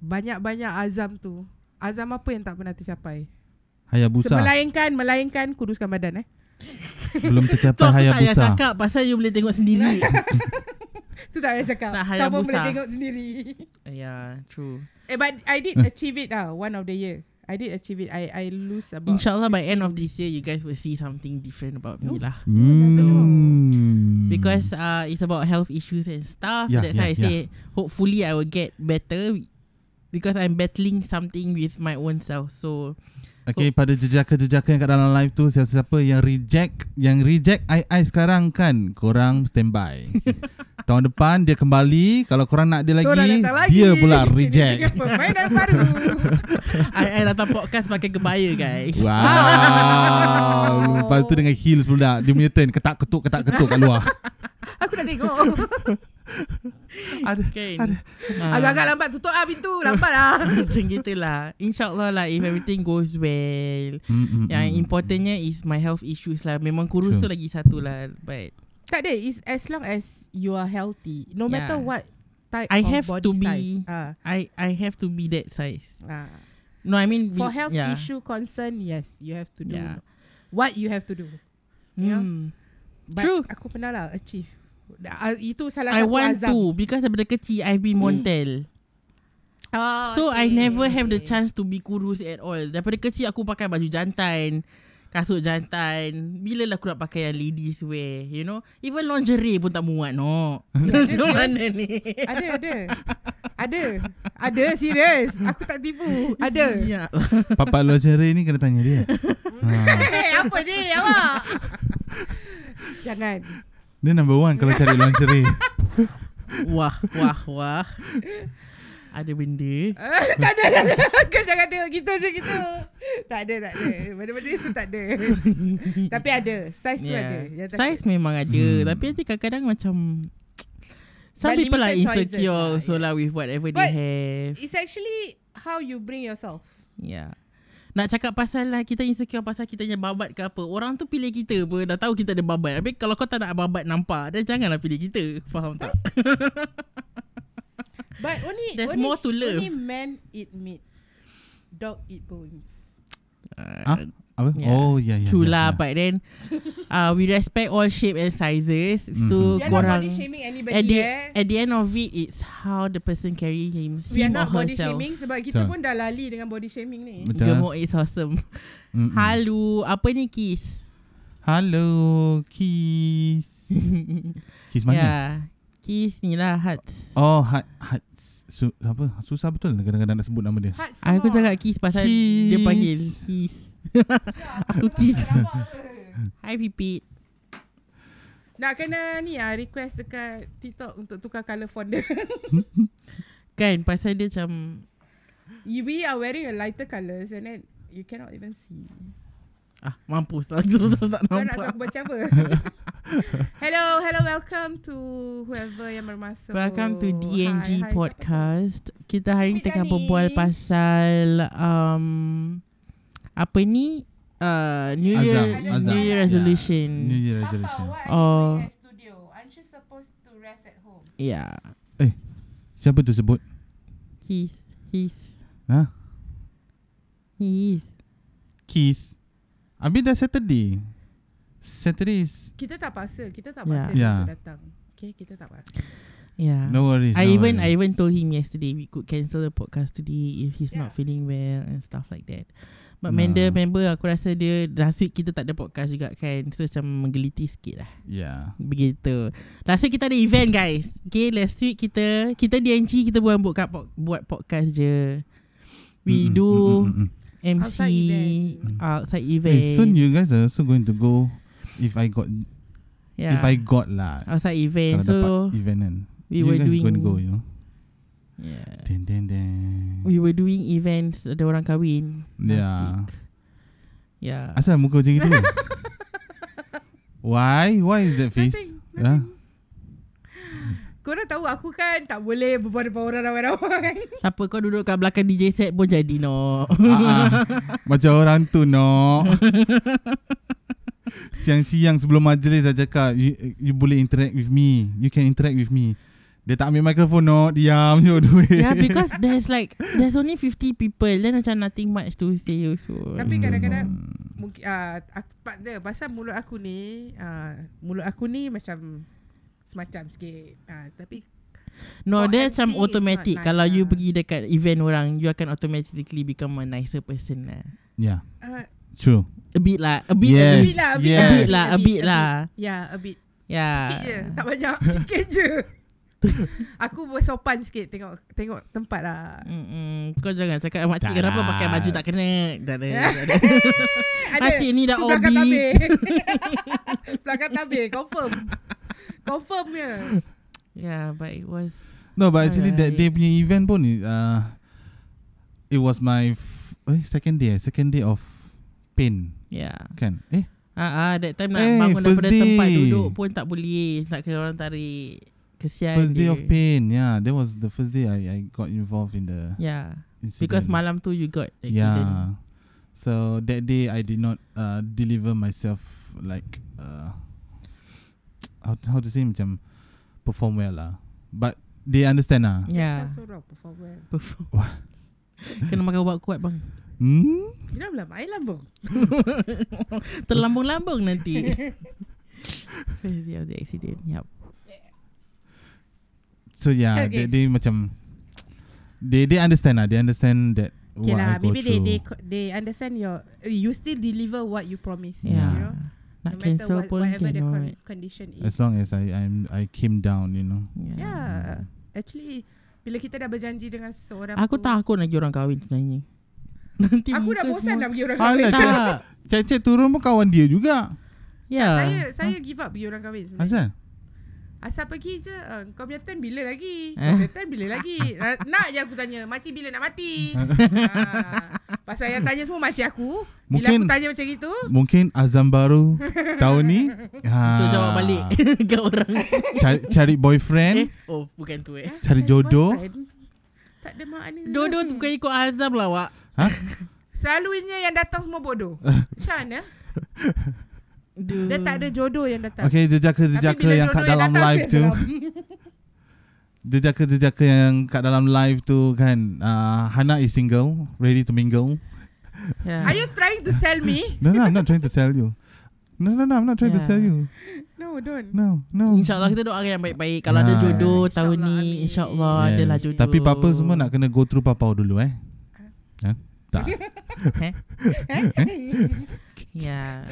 Speaker 3: banyak-banyak azam tu azam apa yang tak pernah tercapai
Speaker 2: Hayabusa
Speaker 3: melainkan melainkan kuduskan badan eh
Speaker 2: belum
Speaker 1: So
Speaker 2: tercapai
Speaker 1: aku tak payah
Speaker 2: Hayabusa.
Speaker 1: cakap pasal you boleh tengok sendiri.
Speaker 3: tu tak payah cakap
Speaker 1: Tak,
Speaker 3: kamu
Speaker 1: Hayabusa.
Speaker 3: boleh tengok sendiri
Speaker 1: ya, yeah, true.
Speaker 3: eh but I did achieve it ah one of the year I did achieve it I I lose about
Speaker 1: Inshallah by end of this year you guys will see something different about me lah.
Speaker 2: Hmm.
Speaker 1: Because uh, it's about health issues and stuff.
Speaker 2: Yeah,
Speaker 1: That's
Speaker 2: yeah,
Speaker 1: why I say hopefully I will get better because I'm battling something with my own self. So
Speaker 2: Okay pada jejaka-jejaka yang kat dalam live tu Siapa-siapa yang reject Yang reject AI sekarang kan Korang standby Tahun depan dia kembali Kalau korang nak dia lagi,
Speaker 3: Korang datang lagi.
Speaker 2: Dia pula
Speaker 3: Dengan
Speaker 2: reject
Speaker 3: permainan baru
Speaker 1: I, I datang podcast pakai kebaya guys.
Speaker 2: Wow Lepas tu dengan heels pula Dia punya turn Ketak-ketuk Ketak-ketuk kat luar
Speaker 3: aku nak tengok
Speaker 1: Kan?
Speaker 2: Ada lah.
Speaker 1: Okay.
Speaker 3: agak-agak lambat tutup ah pintu lambat lah
Speaker 1: macam gitulah. Inshallah lah if everything goes well.
Speaker 2: Mm-mm.
Speaker 1: Yang importantnya is my health issues lah. Memang kurus tu
Speaker 2: Sure.
Speaker 1: lagi satu lah. But
Speaker 3: Tak ada It's as long as You are healthy No
Speaker 1: Yeah.
Speaker 3: yeah. matter what Type
Speaker 1: I
Speaker 3: of
Speaker 1: have
Speaker 3: body
Speaker 1: to be-
Speaker 3: size uh,
Speaker 1: I I have to be that size.
Speaker 3: uh.
Speaker 1: No, I mean
Speaker 3: For
Speaker 1: we-
Speaker 3: health
Speaker 1: yeah.
Speaker 3: issue concern Yes You have to do yeah.
Speaker 1: Yeah.
Speaker 3: What you have to do you know?
Speaker 1: Hmm.
Speaker 3: But
Speaker 1: True.
Speaker 3: Aku pernah lah achieve uh, Itu salah
Speaker 1: I
Speaker 3: satu
Speaker 1: want
Speaker 3: azam Hmm.
Speaker 1: to because daripada kecil I've been montel.
Speaker 3: oh,
Speaker 1: So I never have the chance to be kurus at all. Daripada kecil aku pakai baju jantan, kasut jantan. Bila lah aku nak pakai yang ladies wear, you know? Even lingerie pun tak muat, no. Macam mana ni?
Speaker 3: Ada ada Ada Ada serius Aku tak tipu Ada
Speaker 1: Ya.
Speaker 2: Papa lingerie ni kena tanya dia ha.
Speaker 3: Hey, apa ni awak Jangan
Speaker 2: Dia number one Kalau cari lingerie
Speaker 1: Wah, wah, wah. Ada benda.
Speaker 3: Eh, tak ada, tak ada. Kau jangan tengok kita macam gitu. Tak ada, tak ada. Benda-benda itu tak ada. Tapi ada. Saiz tu ada.
Speaker 1: Yeah.
Speaker 3: Yang tak-
Speaker 1: Size memang ada, tapi nanti kadang-kadang macam Some
Speaker 3: But
Speaker 1: people are
Speaker 3: limited choices
Speaker 1: insecure
Speaker 3: lah,
Speaker 1: also lah with whatever
Speaker 3: But
Speaker 1: they have.
Speaker 3: It's actually how you bring yourself.
Speaker 1: Yeah. Ya. Nak cakap pasal lah Kita insecure pasal kita punya babat ke apa Orang tu pilih kita pun Dah tahu kita ada babat Habis kalau kau tak nak babat nampak Then janganlah pilih kita Faham tak?
Speaker 3: But only
Speaker 1: There's
Speaker 3: only,
Speaker 1: more to love.
Speaker 3: Only men eat meat. Dog eat bones.
Speaker 2: Ah, apa?
Speaker 1: yeah.
Speaker 2: Oh, ya ya.
Speaker 1: True
Speaker 2: ya,
Speaker 1: lah
Speaker 2: ya.
Speaker 1: But then uh, We respect all shape and sizes It's
Speaker 2: Mhm.
Speaker 1: tu
Speaker 3: We are not
Speaker 1: korang
Speaker 3: body shaming anybody
Speaker 1: at the,
Speaker 3: eh.
Speaker 1: at the end of it It's how the person carry him,
Speaker 3: We are
Speaker 1: him or
Speaker 3: not body
Speaker 1: herself
Speaker 3: shaming sebab kita
Speaker 2: Betul.
Speaker 3: pun dah lali dengan body shaming ni.
Speaker 2: Betul. Mhm.
Speaker 1: Gemuk Ha- is awesome
Speaker 2: Mm-mm.
Speaker 1: Halu Apa ni kiss
Speaker 2: Hello, kiss. kiss
Speaker 1: Ya
Speaker 2: mana? Yeah.
Speaker 1: yeah. Kiss ni lah Hearts
Speaker 2: Oh, hat hat su, apa? Susah betul lah kadang-kadang nak sebut nama dia.
Speaker 3: Heart
Speaker 1: Ah, Aku
Speaker 3: small.
Speaker 1: cakap kiss pasal kiss. dia
Speaker 2: Kiss.
Speaker 1: panggil kiss. aku kiss. Hi Pipit.
Speaker 3: Nak kena ni ah request dekat TikTok untuk tukar colour font dia.
Speaker 1: Kan pasal dia macam
Speaker 3: You- We are wearing a lighter colours and then you cannot even see.
Speaker 1: ah mampus lah tu tak, tak
Speaker 3: Kau nak suruh
Speaker 1: nampak.
Speaker 3: aku baca apa? hello, hello, welcome to whoever yang bermasuk.
Speaker 1: Welcome to
Speaker 3: Hi,
Speaker 1: DNG
Speaker 3: hi,
Speaker 1: podcast. Kita hari ni
Speaker 3: Pipit
Speaker 1: tengah
Speaker 3: Dani.
Speaker 1: berbual pasal um, apa ni uh, New
Speaker 2: Azam,
Speaker 1: Year
Speaker 2: azam.
Speaker 1: New Year
Speaker 2: Yeah.
Speaker 1: resolution.
Speaker 2: New Year
Speaker 4: Papa,
Speaker 2: resolution.
Speaker 4: what
Speaker 1: Oh.
Speaker 4: are you doing at studio? Aren't you supposed to rest at home?
Speaker 1: Yeah.
Speaker 2: Siapa tu sebut?
Speaker 1: Kiss. Kiss.
Speaker 2: Ha?
Speaker 1: Kiss.
Speaker 2: Kiss. Habis dah Saturday. Saturday is
Speaker 3: Kita tak paksa, kita tak
Speaker 1: Yeah.
Speaker 3: paksa dia
Speaker 2: Yeah.
Speaker 3: untuk datang. Okay, kita tak paksa.
Speaker 1: Yeah.
Speaker 2: no worries.
Speaker 1: I
Speaker 2: no
Speaker 1: even I
Speaker 2: worries.
Speaker 1: even told him yesterday we could cancel the podcast today if he's yeah. not
Speaker 4: Yeah.
Speaker 1: feeling well and stuff like that. But
Speaker 2: Nah.
Speaker 1: Manda member aku rasa dia last week kita tak ada podcast juga kan. So macam menggeliti sikit lah.
Speaker 2: Yeah.
Speaker 1: Begitu. Last week kita ada event guys. Okay last week kita kita DNG kita buat buat, buat podcast je. We
Speaker 2: Mm-mm,
Speaker 1: do
Speaker 2: mm-mm, mm-mm.
Speaker 1: MC
Speaker 3: Outside event.
Speaker 1: outside
Speaker 2: Hey,
Speaker 1: event.
Speaker 2: soon you guys are also going to go if I got yeah. if I got lah.
Speaker 1: outside event. Eh, So
Speaker 2: Kalau dapat event kan.
Speaker 1: we
Speaker 2: you
Speaker 1: were
Speaker 2: guys
Speaker 1: doing
Speaker 2: going to go, you know.
Speaker 1: yeah.
Speaker 2: Den den den.
Speaker 1: We were doing events ada orang kahwin. last
Speaker 2: Yeah.
Speaker 1: week. Yeah.
Speaker 2: Asal muka macam itu? Why? Why is that face?
Speaker 3: Nothing,
Speaker 2: Huh?
Speaker 3: Korang tahu aku kan tak boleh berbual depan orang ramai-ramai.
Speaker 1: Siapa kau duduk kat belakang DJ set pun jadi no.
Speaker 2: Ah, ah. Macam orang tu no. Siang-siang sebelum majlis dah cakap you, you boleh interact with me. You can interact with me. Dia tak ambil mikrofon no. Diam je all the way.
Speaker 1: yeah, because there's like there's only 50 people. Then macam nothing much to say also.
Speaker 2: Kan
Speaker 3: Tapi kadang-kadang
Speaker 2: Hmm.
Speaker 3: mungkin ah aku part dia pasal mulut aku ni ah mulut aku ni macam semacam sikit. Ah tapi
Speaker 1: No,
Speaker 3: for
Speaker 1: dia
Speaker 3: MC
Speaker 1: macam
Speaker 3: is
Speaker 1: automatic.
Speaker 3: not nice
Speaker 1: Kalau you
Speaker 3: lah.
Speaker 1: pergi dekat event orang, you akan automatically become a nicer person lah.
Speaker 2: Yeah,
Speaker 3: ah
Speaker 2: true.
Speaker 1: A bit lah. A bit, a
Speaker 2: Yes.
Speaker 1: bit.
Speaker 3: lah,
Speaker 2: yes.
Speaker 1: A bit lah, a bit lah.
Speaker 3: Ya, a bit.
Speaker 1: Yeah.
Speaker 3: Sikit je, tak banyak, sikit je. aku bersopan sikit tengok tengok tempat lah.
Speaker 1: Mm-mm. Kau jangan cakap Makcik
Speaker 2: Tak
Speaker 1: kenapa
Speaker 2: lah.
Speaker 1: pakai baju tak kena Tak ada, tak ada. Makcik
Speaker 3: Eh, Ada.
Speaker 1: ni dah
Speaker 3: Tu belakang
Speaker 1: obi.
Speaker 3: tabir. belakang tabir, confirm. Confirm ya.
Speaker 1: Yeah but it was
Speaker 2: No, but actually that
Speaker 1: Alright.
Speaker 2: day punya event pun uh, it was my f- eh, second day, eh, second day of pain
Speaker 1: Yeah
Speaker 2: kan? Eh,
Speaker 1: Ah, ah that time nak
Speaker 2: Eh,
Speaker 1: bangun
Speaker 2: first
Speaker 1: daripada tempat
Speaker 2: day.
Speaker 1: duduk pun tak boleh. Nak kena orang tarik. Kesian
Speaker 2: first day
Speaker 1: dia.
Speaker 2: of pain. Yeah, that was the first day I I got involved in the
Speaker 1: Yeah.
Speaker 2: incident.
Speaker 1: Because malam tu you
Speaker 3: Ya.
Speaker 1: got accident.
Speaker 2: Yeah. So that day I did not uh, deliver myself like uh, how to- how to say macam perform well lah. But they understand lah.
Speaker 1: Yeah.
Speaker 3: Sound so wrong, performer.
Speaker 1: yeah. Ya. kena makan ubat kuat bang.
Speaker 2: Hmm?
Speaker 3: Kenapa lah, main lambung.
Speaker 1: Terlambung-lambung nanti. first day of the accident. Yup.
Speaker 2: So yeah,
Speaker 3: Okay.
Speaker 2: okay. they, they macam they they understand lah. They understand that
Speaker 3: Okay
Speaker 2: what
Speaker 3: lah,
Speaker 2: I go
Speaker 3: maybe they,
Speaker 2: through.
Speaker 3: they co- they understand your you still deliver what you promise.
Speaker 1: Yeah.
Speaker 3: You know?
Speaker 1: Nak
Speaker 3: no matter
Speaker 1: cancel
Speaker 3: what,
Speaker 1: pun
Speaker 3: whatever the
Speaker 1: cannot.
Speaker 3: con- condition is.
Speaker 2: As long as I I'm I came down, you know.
Speaker 1: Yeah.
Speaker 3: yeah. Actually bila kita dah berjanji dengan seorang
Speaker 1: Aku
Speaker 3: tu,
Speaker 1: takut nak orang kahwin sebenarnya. Nanti
Speaker 3: Aku
Speaker 1: muka
Speaker 3: dah bosan
Speaker 1: semua-
Speaker 3: dah pergi orang
Speaker 2: Ah,
Speaker 3: kahwin.
Speaker 2: lah.
Speaker 1: Tak.
Speaker 2: Cek-cek turun pun kawan dia juga.
Speaker 1: Ya.
Speaker 3: Saya saya give up pergi orang kahwin sebenarnya.
Speaker 2: Asal?
Speaker 3: Asal pergi je uh, Kau punya turn bila
Speaker 1: Eh?
Speaker 3: lagi Kau punya turn bila lagi Na- Nak je aku tanya Makcik bila nak mati ha. Pasal yang tanya semua makcik aku Bila
Speaker 2: Mungkin-
Speaker 3: aku tanya macam itu
Speaker 2: Mungkin Azam baru tahun ni. Ha.
Speaker 1: Itu
Speaker 3: Ah.
Speaker 1: jawab balik ke orang.
Speaker 2: cari, cari
Speaker 1: Eh,
Speaker 2: boyfriend,
Speaker 1: oh bukan tu eh.
Speaker 2: cari jodoh.
Speaker 3: Tak ada makna
Speaker 1: Dodo tu bukan ikut azab lah wak.
Speaker 2: Ha?
Speaker 3: Selalunya yang datang semua bodoh. Macam mana?
Speaker 1: Duh.
Speaker 3: Dia tak ada jodoh yang datang.
Speaker 2: Okay,
Speaker 3: Tapi
Speaker 2: jejaka-jejaka
Speaker 3: bila
Speaker 2: yang
Speaker 3: jodoh
Speaker 2: kat
Speaker 3: yang
Speaker 2: dalam
Speaker 3: datang,
Speaker 2: live
Speaker 3: dia
Speaker 2: tu.
Speaker 3: seram.
Speaker 2: Jejaka-jejaka yang kat dalam live tu kan. Uh, Hana is single, ready to mingle.
Speaker 1: Yeah.
Speaker 3: Are you trying to sell me?
Speaker 2: No, no, I'm not trying to sell you. No, no, no, I'm not trying yeah. to
Speaker 1: Yeah.
Speaker 2: sell you.
Speaker 3: No, don't.
Speaker 2: No, no.
Speaker 1: InsyaAllah kita doakan yang baik-baik Kalau ada
Speaker 2: Ah.
Speaker 1: jodoh tahun
Speaker 3: InsyaAllah, amin.
Speaker 1: ni InsyaAllah yes. adalah jodoh
Speaker 2: Tapi papa semua nak kena go through papau dulu eh.
Speaker 3: Ah.
Speaker 2: Ha? Tak.
Speaker 1: eh? Ya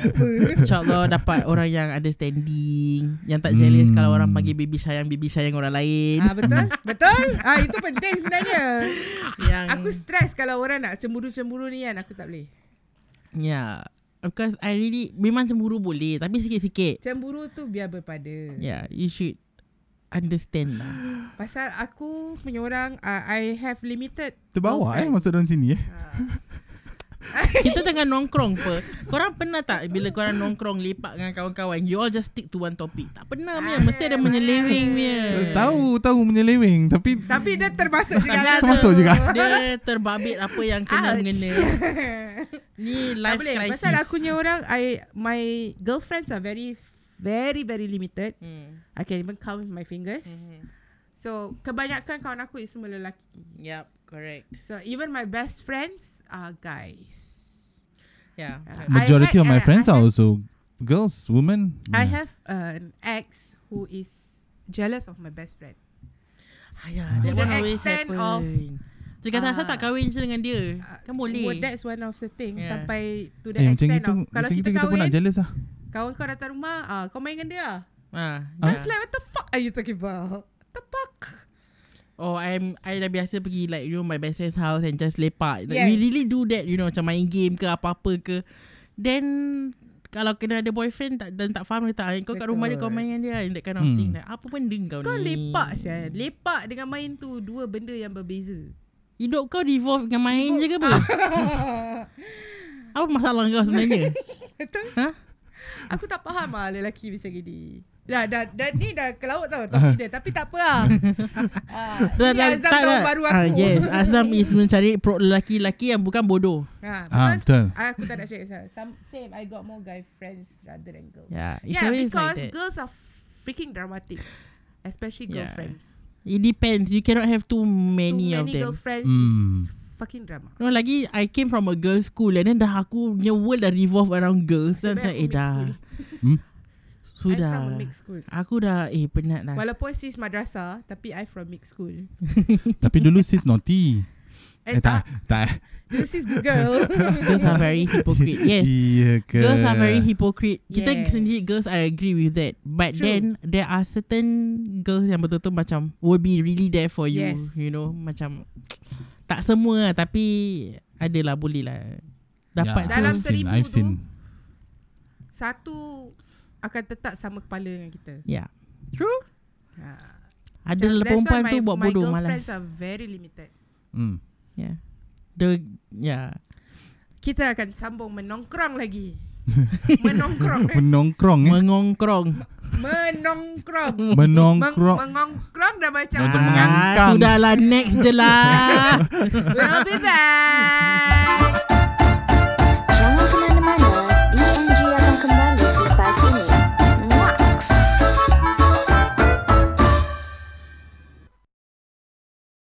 Speaker 1: InsyaAllah dapat orang yang ada standing Yang tak jealous
Speaker 2: Hmm.
Speaker 1: Kalau orang panggil baby sayang Baby sayang orang lain
Speaker 3: Ah betul? Betul? Ah itu penting sebenarnya.
Speaker 1: Yang
Speaker 3: Aku stres kalau orang nak cemburu-cemburu ni kan aku tak boleh.
Speaker 1: Ya Because I really Memang cemburu boleh Tapi sikit-sikit
Speaker 3: Cemburu tu biar berpada.
Speaker 1: Ya yeah, You should Understand lah
Speaker 3: Pasal aku punya orang uh, I have limited
Speaker 2: Terbawa eh masuk dalam sini eh.
Speaker 1: Kita tengah nongkrong apa Korang pernah tak Bila korang nongkrong Lepak dengan kawan-kawan You all just stick to one topic Tak pernah
Speaker 3: Ah.
Speaker 1: punya Mesti ada menyeleweng punya
Speaker 2: Tahu, tahu menyeleweng tapi
Speaker 3: Eh. tapi dia termasuk juga lah tu.
Speaker 2: termasuk juga.
Speaker 1: Dia terbabit apa yang kena
Speaker 3: Ouch.
Speaker 1: mengena Ni
Speaker 3: tak
Speaker 1: life
Speaker 3: boleh
Speaker 1: crisis
Speaker 3: pasal aku punya orang I my girlfriends are very very very limited.
Speaker 1: hmm.
Speaker 3: I can even count with my fingers.
Speaker 1: Mhm.
Speaker 3: So kebanyakan kawan aku is semua lelaki.
Speaker 1: Yup correct
Speaker 3: So even my best friends are guys.
Speaker 1: Yeah
Speaker 3: Ah.
Speaker 2: majority
Speaker 3: I
Speaker 2: of
Speaker 3: had-
Speaker 2: my
Speaker 3: I-
Speaker 2: friends
Speaker 3: I
Speaker 2: are
Speaker 3: had-
Speaker 2: also girls, women.
Speaker 3: I
Speaker 2: Yeah.
Speaker 3: have an ex who is jealous of my best friend.
Speaker 1: Ayah,
Speaker 2: Ah.
Speaker 3: To
Speaker 1: That
Speaker 3: the
Speaker 1: one always
Speaker 3: extent
Speaker 1: happen
Speaker 3: of-
Speaker 1: Dia kata
Speaker 3: Ah.
Speaker 1: asal tak kahwin je dengan dia
Speaker 3: Uh,
Speaker 1: Kan boleh
Speaker 3: Well, that's one of the things
Speaker 1: Yeah.
Speaker 3: yeah. sampai to the
Speaker 2: Eh, macam
Speaker 3: extent
Speaker 2: itu,
Speaker 3: of kalau
Speaker 2: macam itu
Speaker 3: kita,
Speaker 2: kita pun
Speaker 3: kahwin,
Speaker 2: nak jealous lah.
Speaker 3: kawan kau datang rumah, ah kau main dengan dia. ah.
Speaker 1: ah,
Speaker 3: I
Speaker 1: yeah.
Speaker 3: was like, what the fuck are you talking about? What the fuck?
Speaker 1: Oh I'm I dah biasa pergi like You know my best friend's house And just lepak like,
Speaker 3: Yes.
Speaker 1: We really do that You know macam main game ke Apa-apa ke Then Kalau kena ada boyfriend tak, Dan tak faham dia tak Kau kat rumah dia Kau
Speaker 3: Betul.
Speaker 1: main dengan dia and That kind of
Speaker 2: Hmm.
Speaker 1: thing like, Apa benda kau,
Speaker 3: Kau
Speaker 1: ni
Speaker 3: lepak saya. Lepak dengan main tu dua benda yang berbeza.
Speaker 1: Hidup kau revolve dengan main je ke apa Apa masalah kau sebenarnya
Speaker 3: Betul?
Speaker 1: Ha?
Speaker 3: Aku tak faham lah lelaki macam gini. Dah, dah, dah ni dah ke laut tau tapi dia. Tapi tak apa lah. Ah,
Speaker 1: Dah,
Speaker 3: ni
Speaker 1: dah,
Speaker 3: Azam
Speaker 1: tak
Speaker 3: tahun
Speaker 1: dah.
Speaker 3: baru aku.
Speaker 1: Ah, yes, Azam is mencari pro lelaki-lelaki yang bukan bodoh.
Speaker 3: Ha,
Speaker 2: Ah, betul.
Speaker 3: Aku tak nak cakap pasal. Some- Same, I got more guy friends rather than girls.
Speaker 1: Yeah, it's
Speaker 3: Yeah,
Speaker 1: always
Speaker 3: because
Speaker 1: like that.
Speaker 3: girls are freaking dramatic. Especially
Speaker 1: Yeah.
Speaker 3: girlfriends.
Speaker 1: It depends. You cannot have too many,
Speaker 3: Too
Speaker 1: of
Speaker 3: many
Speaker 1: them.
Speaker 3: girlfriends
Speaker 2: Hmm.
Speaker 3: is fucking drama.
Speaker 1: No, lagi I came from a girls' school and then dah aku punya world dah revolve around girls. Dan macam,
Speaker 3: Sebab aku
Speaker 1: eh
Speaker 3: mixed
Speaker 1: dah.
Speaker 3: school.
Speaker 2: Hmm?
Speaker 1: Sudah.
Speaker 3: I'm from a mixed school.
Speaker 1: Aku dah, eh penat lah.
Speaker 3: Walaupun sis madrasah, tapi I from mixed school.
Speaker 2: Tapi dulu sis naughty.
Speaker 3: Eh, tak.
Speaker 2: tak.
Speaker 3: Dulu sis good girl.
Speaker 1: Girls are very hypocrite. Yes.
Speaker 2: Iya ke? Ya,
Speaker 1: Girls are very hypocrite. Kita
Speaker 3: Yes.
Speaker 1: sendiri girls I agree with that. But
Speaker 3: True.
Speaker 1: True. then there are certain girls yang betul-betul macam will be really there for you,
Speaker 3: Yes.
Speaker 1: you know, macam tak semua lah tapi adalah boleh lah. Dapat tu.
Speaker 3: Dalam
Speaker 2: I've seen,
Speaker 3: seribu
Speaker 2: I've
Speaker 3: tu-
Speaker 2: seen.
Speaker 3: Satu akan tetap sama kepala dengan kita.
Speaker 1: Yeah. True.
Speaker 3: Ha.
Speaker 1: Ya. Ada
Speaker 3: Macam-
Speaker 1: lah
Speaker 3: that's
Speaker 1: perempuan
Speaker 3: why
Speaker 1: tu
Speaker 3: my-
Speaker 1: buat bodoh
Speaker 3: My
Speaker 1: malas.
Speaker 3: girlfriends are very limited.
Speaker 2: Hmm.
Speaker 1: Yeah. The yeah.
Speaker 3: Kita akan sambung menongkrong lagi. menongkrong.
Speaker 2: Menongkrong eh.
Speaker 1: Mengongkrong.
Speaker 3: menongkrong.
Speaker 2: Menongkrong.
Speaker 3: Meng- mengongkrong dah macam.
Speaker 2: Macam
Speaker 3: Ah.
Speaker 2: mengangkang.
Speaker 1: sudahlah next je lah.
Speaker 3: We'll be back.